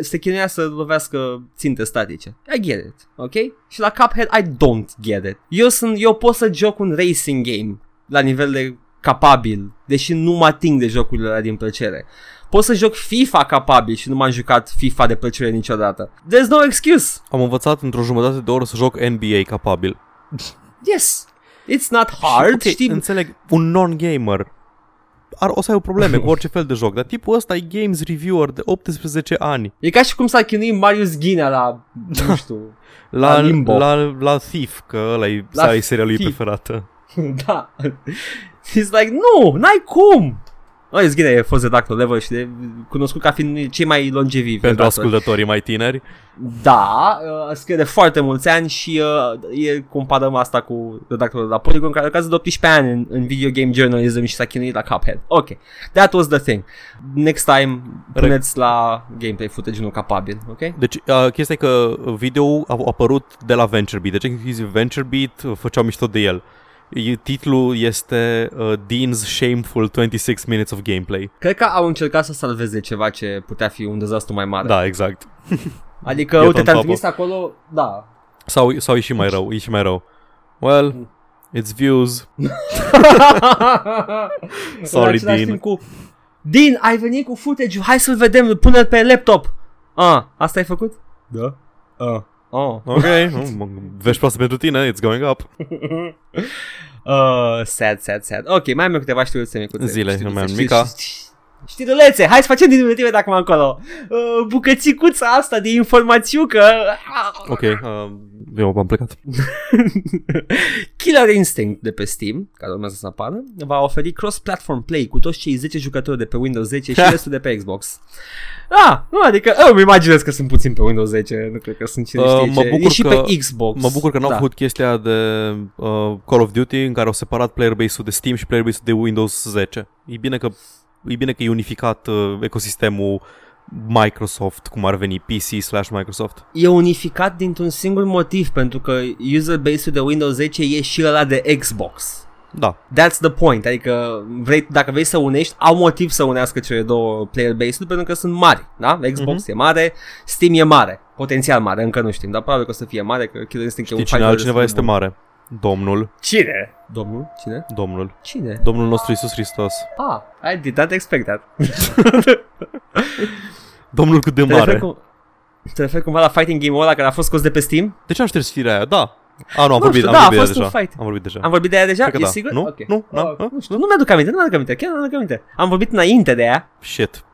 [SPEAKER 1] se chinuia să lovească ținte statice. I get it, ok? Și la Cuphead I don't get it. Eu, sunt, eu pot să joc un racing game la nivel de capabil, deși nu mă ating de jocurile alea din plăcere. Pot să joc FIFA capabil și nu m-am jucat FIFA de plăcere niciodată. There's no excuse.
[SPEAKER 2] Am învățat într-o jumătate de oră să joc NBA capabil.
[SPEAKER 1] Yes. It's not hard.
[SPEAKER 2] Și, ok,
[SPEAKER 1] Știi,
[SPEAKER 2] Înțeleg, un non-gamer ar, o să ai o probleme cu orice fel de joc, dar tipul ăsta e games reviewer de 18 ani.
[SPEAKER 1] E ca și cum s-a chinuit Marius Ghinea la,
[SPEAKER 2] Da.
[SPEAKER 1] nu știu,
[SPEAKER 2] La,
[SPEAKER 1] La Limbo.
[SPEAKER 2] la, la Thief, că ăla e,
[SPEAKER 1] La
[SPEAKER 2] la e eh, seria lui
[SPEAKER 1] Thief.
[SPEAKER 2] preferată.
[SPEAKER 1] da. He's like, nu, n-ai cum. Marius Ghinea e fost de Dark Level și de, cunoscut ca fiind cei mai longevi.
[SPEAKER 2] Pentru
[SPEAKER 1] ascult.
[SPEAKER 2] ascultătorii mai tineri.
[SPEAKER 1] Da, uh, scrie de foarte mulți ani și uh, e, comparăm asta cu redactorul de la Polygon care lucrează de 18 ani în, în video game journalism și s-a chinuit la Cuphead. Ok, that was the thing. Next time puneți la gameplay footage-ul capabil, ok?
[SPEAKER 2] Deci, uh, chestia e că video a apărut de la VentureBeat. Deci, inclusiv VentureBeat uh, făceau mișto de el. E- Titlul este uh, Dean's Shameful 26 Minutes of Gameplay.
[SPEAKER 1] Cred că au încercat să salveze ceva ce putea fi un dezastru mai mare.
[SPEAKER 2] Da, exact.
[SPEAKER 1] Adică,
[SPEAKER 2] Iată
[SPEAKER 1] uite,
[SPEAKER 2] în
[SPEAKER 1] te-am
[SPEAKER 2] topă.
[SPEAKER 1] trimis acolo, da.
[SPEAKER 2] Sau, sau e și mai rău, e și mai rău. Well, it's views. Sorry,
[SPEAKER 1] În același
[SPEAKER 2] Dean.
[SPEAKER 1] timp Cu... Dean, ai venit cu footage-ul, hai să-l vedem, pune-l pe laptop. Ah, asta ai făcut? Da. Ah. Oh.
[SPEAKER 2] Ok, mm, vești proaste pentru tine, it's going up.
[SPEAKER 1] Uh, sad, sad, sad. Ok, mai am eu câteva știruțe micuțe.
[SPEAKER 2] Zile,
[SPEAKER 1] Știruțe,
[SPEAKER 2] nu mai am
[SPEAKER 1] știri-
[SPEAKER 2] mica.
[SPEAKER 1] știri- Știrulețe, hai să facem din divertive de acum încolo. Uh, bucățicuța asta de ah, informațiucă.
[SPEAKER 2] Ok, uh, eu am plecat.
[SPEAKER 1] Killer Instinct de pe Steam, care urmează să apară, va oferi cross-platform play cu toți cei 10 jucători de pe Windows 10 și restul de pe Xbox. Ah, nu, adică, eu îmi imaginez că sunt puțin pe Windows 10, nu cred că sunt cine
[SPEAKER 2] Uh,
[SPEAKER 1] știe
[SPEAKER 2] mă
[SPEAKER 1] ce. E
[SPEAKER 2] bucur
[SPEAKER 1] și
[SPEAKER 2] că-
[SPEAKER 1] pe Xbox.
[SPEAKER 2] Mă bucur că n-au
[SPEAKER 1] da.
[SPEAKER 2] făcut chestia de uh, Call of Duty în care au separat player base-ul de Steam și player base-ul de Windows 10. E bine că e bine că e unificat uh, ecosistemul Microsoft, cum ar veni PC slash Microsoft.
[SPEAKER 1] E unificat dintr-un singur motiv, pentru că user base-ul de Windows 10 e și ăla de Xbox.
[SPEAKER 2] Da,
[SPEAKER 1] That's the point, adică vrei, dacă vrei să unești, au motiv să unească cele două player base-uri pentru că sunt mari, da?
[SPEAKER 2] Mhm.
[SPEAKER 1] Xbox e mare, Steam e mare, potențial mare, încă nu știm, dar probabil că o să fie mare, că Killer Instinct e
[SPEAKER 2] știi
[SPEAKER 1] un
[SPEAKER 2] cine
[SPEAKER 1] fighter
[SPEAKER 2] altcineva este
[SPEAKER 1] destul de
[SPEAKER 2] mare? Domnul,
[SPEAKER 1] bun. Cine? Domnul? Cine?
[SPEAKER 2] domnul,
[SPEAKER 1] Cine?
[SPEAKER 2] domnul nostru Isus Hristos.
[SPEAKER 1] Ah, I did not expect that.
[SPEAKER 2] Domnul cât de
[SPEAKER 1] Te referi,
[SPEAKER 2] mare.
[SPEAKER 1] cum, te referi cumva la fighting game-ul ăla care a fost scos de pe Steam?
[SPEAKER 2] De ce am șters firea aia? Da. A, nu,
[SPEAKER 1] Nu
[SPEAKER 2] am vorbit,
[SPEAKER 1] știu,
[SPEAKER 2] am
[SPEAKER 1] da, a
[SPEAKER 2] vorbit
[SPEAKER 1] fost
[SPEAKER 2] deja.
[SPEAKER 1] un fight.
[SPEAKER 2] Am vorbit deja.
[SPEAKER 1] Am vorbit de aia deja?
[SPEAKER 2] Cred că
[SPEAKER 1] e
[SPEAKER 2] da.
[SPEAKER 1] sigur?
[SPEAKER 2] Nu?
[SPEAKER 1] Ok.
[SPEAKER 2] Nu? Na?
[SPEAKER 1] Ah,
[SPEAKER 2] Ah?
[SPEAKER 1] nu știu, nu mi-aduc aminte, nu mi-aduc aminte, chiar nu mi-aduc aminte. Am vorbit înainte de ea.
[SPEAKER 2] Shit.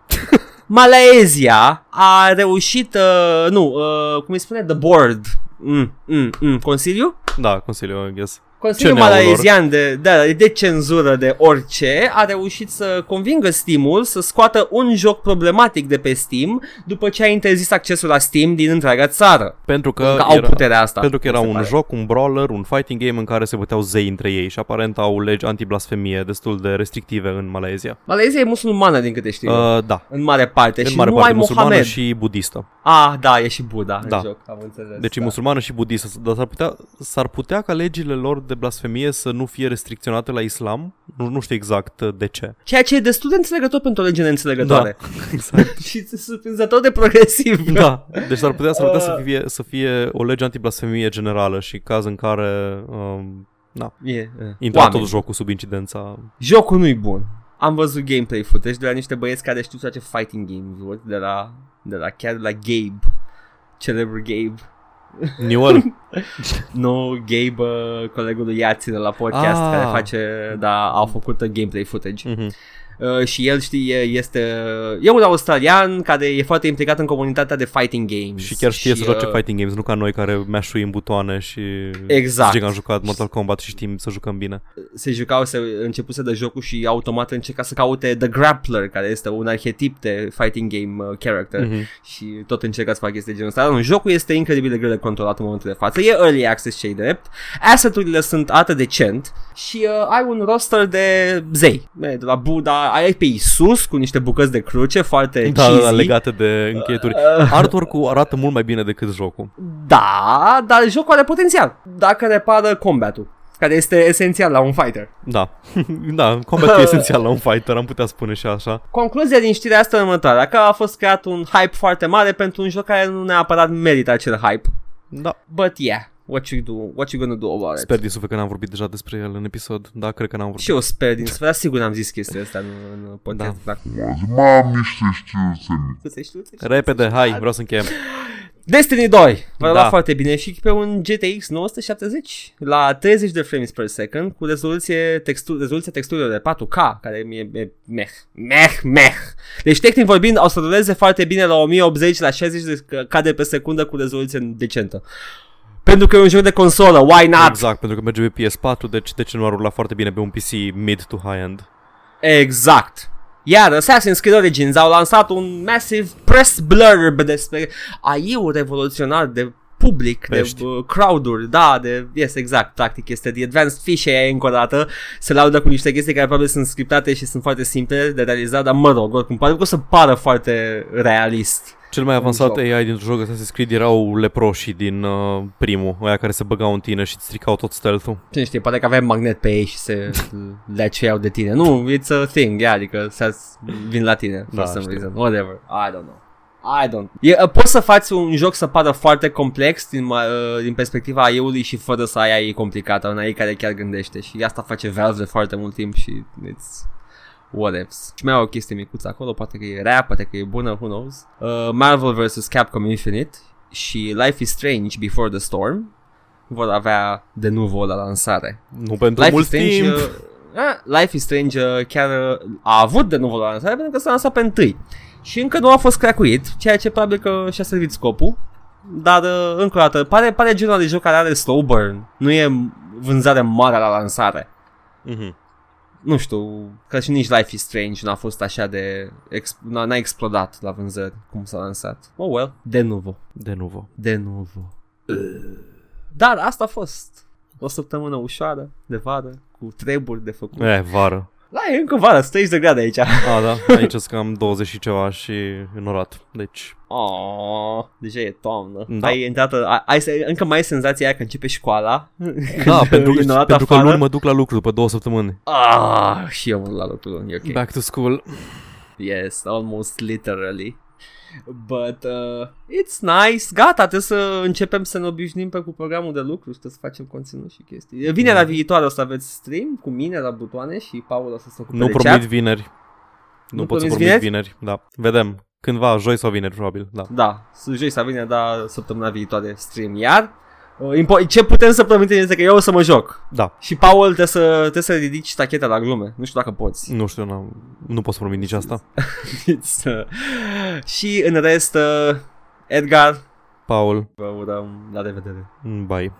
[SPEAKER 1] Malaezia a reușit, uh, nu, uh, cum îi spune, the board, mm, mm, mm, Consiliu?
[SPEAKER 2] Da, consiliu, I guess.
[SPEAKER 1] Consiliul
[SPEAKER 2] CNA-ul lor.
[SPEAKER 1] Malaezian de, da, de, de cenzură de orice a reușit să convingă Steam-ul să scoată un joc problematic de pe Steam după ce a interzis accesul la Steam din întreaga țară.
[SPEAKER 2] Pentru că,
[SPEAKER 1] Că, că au
[SPEAKER 2] era-
[SPEAKER 1] puterea asta.
[SPEAKER 2] Pentru că era
[SPEAKER 1] Da, mi se
[SPEAKER 2] un
[SPEAKER 1] pare.
[SPEAKER 2] joc, un brawler, un fighting game în care se băteau zei între ei și aparent au legi antiblasfemie destul de restrictive în Malaezia.
[SPEAKER 1] Malaezia e musulmană din câte știu. Uh,
[SPEAKER 2] Uh, da,
[SPEAKER 1] în mare parte
[SPEAKER 2] în
[SPEAKER 1] și
[SPEAKER 2] mare
[SPEAKER 1] Deci nu
[SPEAKER 2] parte
[SPEAKER 1] ai
[SPEAKER 2] musulmană
[SPEAKER 1] Mohamed.
[SPEAKER 2] și budistă.
[SPEAKER 1] Ah, da, e și Buddha
[SPEAKER 2] Da.
[SPEAKER 1] în joc, am înțeles.
[SPEAKER 2] Deci e
[SPEAKER 1] da.
[SPEAKER 2] musulmană și budistă, dar s-ar putea, s-ar putea ca legile lor de blasfemie să nu fie restricționate la islam. Nu, nu știu exact uh, de ce.
[SPEAKER 1] Ceea ce e destul de înțelegător pentru o lege neînțelegătoare.
[SPEAKER 2] exact.
[SPEAKER 1] și surprinzător de progresiv.
[SPEAKER 2] Da, deci s-ar putea, s-ar putea să,
[SPEAKER 1] Uh.
[SPEAKER 2] fie, să fie o lege antiblasfemie generală și caz în care um,
[SPEAKER 1] E,
[SPEAKER 2] intră
[SPEAKER 1] Oameni,
[SPEAKER 2] tot jocul sub incidența.
[SPEAKER 1] jocul nu-i bun. Am văzut gameplay footage de la niște băieți care știu să face fighting games, văd, de la, de la chiar de la Gabe, celebrul Gabe.
[SPEAKER 2] Newell,
[SPEAKER 1] Nu, Gabe, uh, colegul lui Iați de la podcast,
[SPEAKER 2] Ah.
[SPEAKER 1] care face, da, au făcut uh, gameplay footage.
[SPEAKER 2] mhm,
[SPEAKER 1] Uh, și el, știi, e- este, e un australian care e foarte implicat în comunitatea de fighting games.
[SPEAKER 2] Și chiar știe să joace
[SPEAKER 1] uh,
[SPEAKER 2] fighting games, nu ca noi care meșuim butoane și
[SPEAKER 1] Exact.
[SPEAKER 2] zicem că am jucat Mortal Kombat și știm să jucăm bine.
[SPEAKER 1] se jucau, se începuse de jocul și automat încerca să caute The Grappler, care este un arhetip de fighting game uh, character
[SPEAKER 2] Mhm.
[SPEAKER 1] și tot încerca să facă chestii de genul ăsta. Dar, jocul este incredibil de greu de controlat în momentul de față, e early access cei drept, asset-urile sunt atât decent și uh, ai un roster de zei, de la Buddha, ai pe Isus cu niște bucăți de cruce foarte
[SPEAKER 2] Da, da,
[SPEAKER 1] cheesy.
[SPEAKER 2] da, legate de încheieturi.
[SPEAKER 1] Uh.
[SPEAKER 2] Artwork-ul arată mult mai bine decât jocul.
[SPEAKER 1] Da, dar jocul are potențial dacă repară combatul, care este esențial la un fighter.
[SPEAKER 2] Da, da, combatul e esențial la un fighter, am putea spune și așa.
[SPEAKER 1] Concluzia din știrea asta e următoarea, că a fost creat un hype foarte mare pentru un joc care nu neapărat merită acel hype.
[SPEAKER 2] Da,
[SPEAKER 1] But yeah, what you, do, what you gonna do about it?
[SPEAKER 2] sper din suflet că n-am vorbit deja despre el în episod, da, cred că n-am vorbit.
[SPEAKER 1] Și eu sper din suflet, dar sigur am zis chestia asta în, în podcast. Da.
[SPEAKER 3] Mas, mami, estes tios,
[SPEAKER 1] Tu să știu, să știu.
[SPEAKER 2] Repede, hai, vreau să încheiem.
[SPEAKER 1] Destiny 2! V-a
[SPEAKER 2] Da.
[SPEAKER 1] da. foarte bine și pe un GTX 970 la 30 de frames per second cu rezoluție, textu- rezoluția texturilor de 4K, care mi-e e meh, meh, meh. Deci tehnic vorbind o să ruleze foarte bine la 1080 la 60 de cadre pe secundă cu rezoluție decentă. Pentru că e un joc de consolă, why not?
[SPEAKER 2] Exact, pentru că merge pe PS4, deci de ce nu ar urla foarte bine pe un PC mid to high-end?
[SPEAKER 1] Exact. Iar Assassin's Creed Origins au lansat un massive press blurb despre AI-ul revoluționar de public,
[SPEAKER 2] Pești.
[SPEAKER 1] de uh, crowd-uri, da, de, yes, exact, practic este The Advanced Fish AI încă o dată, se laudă cu niște chestii care probabil sunt scriptate și sunt foarte simple de realizat, dar mă rog, oricum, pare că o să pară foarte realist.
[SPEAKER 2] Cel mai avansat
[SPEAKER 1] joc.
[SPEAKER 2] AI dintr-un joc Assassin's Creed erau leproșii din uh, primul, aia care se băgau în tine și îți stricau tot stealth-ul.
[SPEAKER 1] Cine știe, poate că aveai magnet pe ei și se le iau de tine. Nu, it's a thing, yeah, adică să vin la tine for
[SPEAKER 2] Da,
[SPEAKER 1] some
[SPEAKER 2] știu.
[SPEAKER 1] reason, whatever, I don't know. I don't. E, uh, poți să faci un joc să pară foarte complex din, ma- uh, din perspectiva AI-ului și fără să ai AI complicată, un AI care chiar gândește și asta face Valve de foarte mult timp și it's whatevs. Și mai au o chestie micuță acolo, poate că e rea, poate că e bună, who knows. Uh, Marvel vs. Capcom Infinite și Life is Strange Before the Storm vor avea de nuvo la lansare.
[SPEAKER 2] Nu pentru
[SPEAKER 1] Life
[SPEAKER 2] mult
[SPEAKER 1] is Strange,
[SPEAKER 2] timp.
[SPEAKER 1] uh, a, Life is Strange uh, chiar uh, a avut de nuvo la lansare pentru că s-a lansat pe întâi și încă nu a fost cracuit, ceea ce probabil că și-a servit scopul, dar uh, încă o dată, pare, pare genul de joc care are slow burn, nu e vânzare mare la lansare.
[SPEAKER 2] Mhm.
[SPEAKER 1] Nu știu, că și nici Life is Strange n-a fost așa de... Ex, n-a, n-a explodat la vânzări cum s-a lansat. Oh well, de nuvo.
[SPEAKER 2] De nuvo.
[SPEAKER 1] De nuvo. Dar asta a fost o săptămână ușoară de vară cu treburi de făcut.
[SPEAKER 2] Eh, vară.
[SPEAKER 1] Da, e încă vara, 30 de grade aici.
[SPEAKER 2] A, da, aici sunt cam 20 și ceva și înorat. Deci,
[SPEAKER 1] Oh, deja e toamnă.
[SPEAKER 2] Da.
[SPEAKER 1] Da. Ai intrat, ai, ai, încă mai ai senzația aia că începe școala.
[SPEAKER 2] da, pentru,
[SPEAKER 1] e
[SPEAKER 2] că,
[SPEAKER 1] noapte
[SPEAKER 2] pentru că
[SPEAKER 1] afară.
[SPEAKER 2] luni mă duc la lucru după două săptămâni.
[SPEAKER 1] Ah, și eu mă duc la locul lung, e ok.
[SPEAKER 2] Okay.
[SPEAKER 1] Da.
[SPEAKER 2] Back to school.
[SPEAKER 1] Yes, almost literally. But uh, it's nice. Gata, trebuie să începem să ne obișnim pe cu programul de lucru și trebuie să facem conținut și chestii. Vinerea
[SPEAKER 2] Mhm.
[SPEAKER 1] viitoare o să aveți stream cu mine la butoane și Paul o să se ocupe
[SPEAKER 2] Nu
[SPEAKER 1] de
[SPEAKER 2] promit
[SPEAKER 1] chat.
[SPEAKER 2] vineri. Nu,
[SPEAKER 1] Nu
[SPEAKER 2] pot să
[SPEAKER 1] promiți
[SPEAKER 2] promit vineri? da. Vedem. Cândva, joi sau vineri, probabil, da.
[SPEAKER 1] Da, să joi să vine, da, săptămâna viitoare stream iar. Uh, impo- Ce putem să promitem este că eu o să mă joc.
[SPEAKER 2] Da.
[SPEAKER 1] Și Paul trebuie să, trebuie să ridici tacheta la glume. Nu știu dacă poți.
[SPEAKER 2] Nu știu, n-am- nu pot să promit nici asta.
[SPEAKER 1] It's, uh, și în rest, uh, Edgar,
[SPEAKER 2] Paul,
[SPEAKER 1] vă urăm la revedere.
[SPEAKER 2] bye.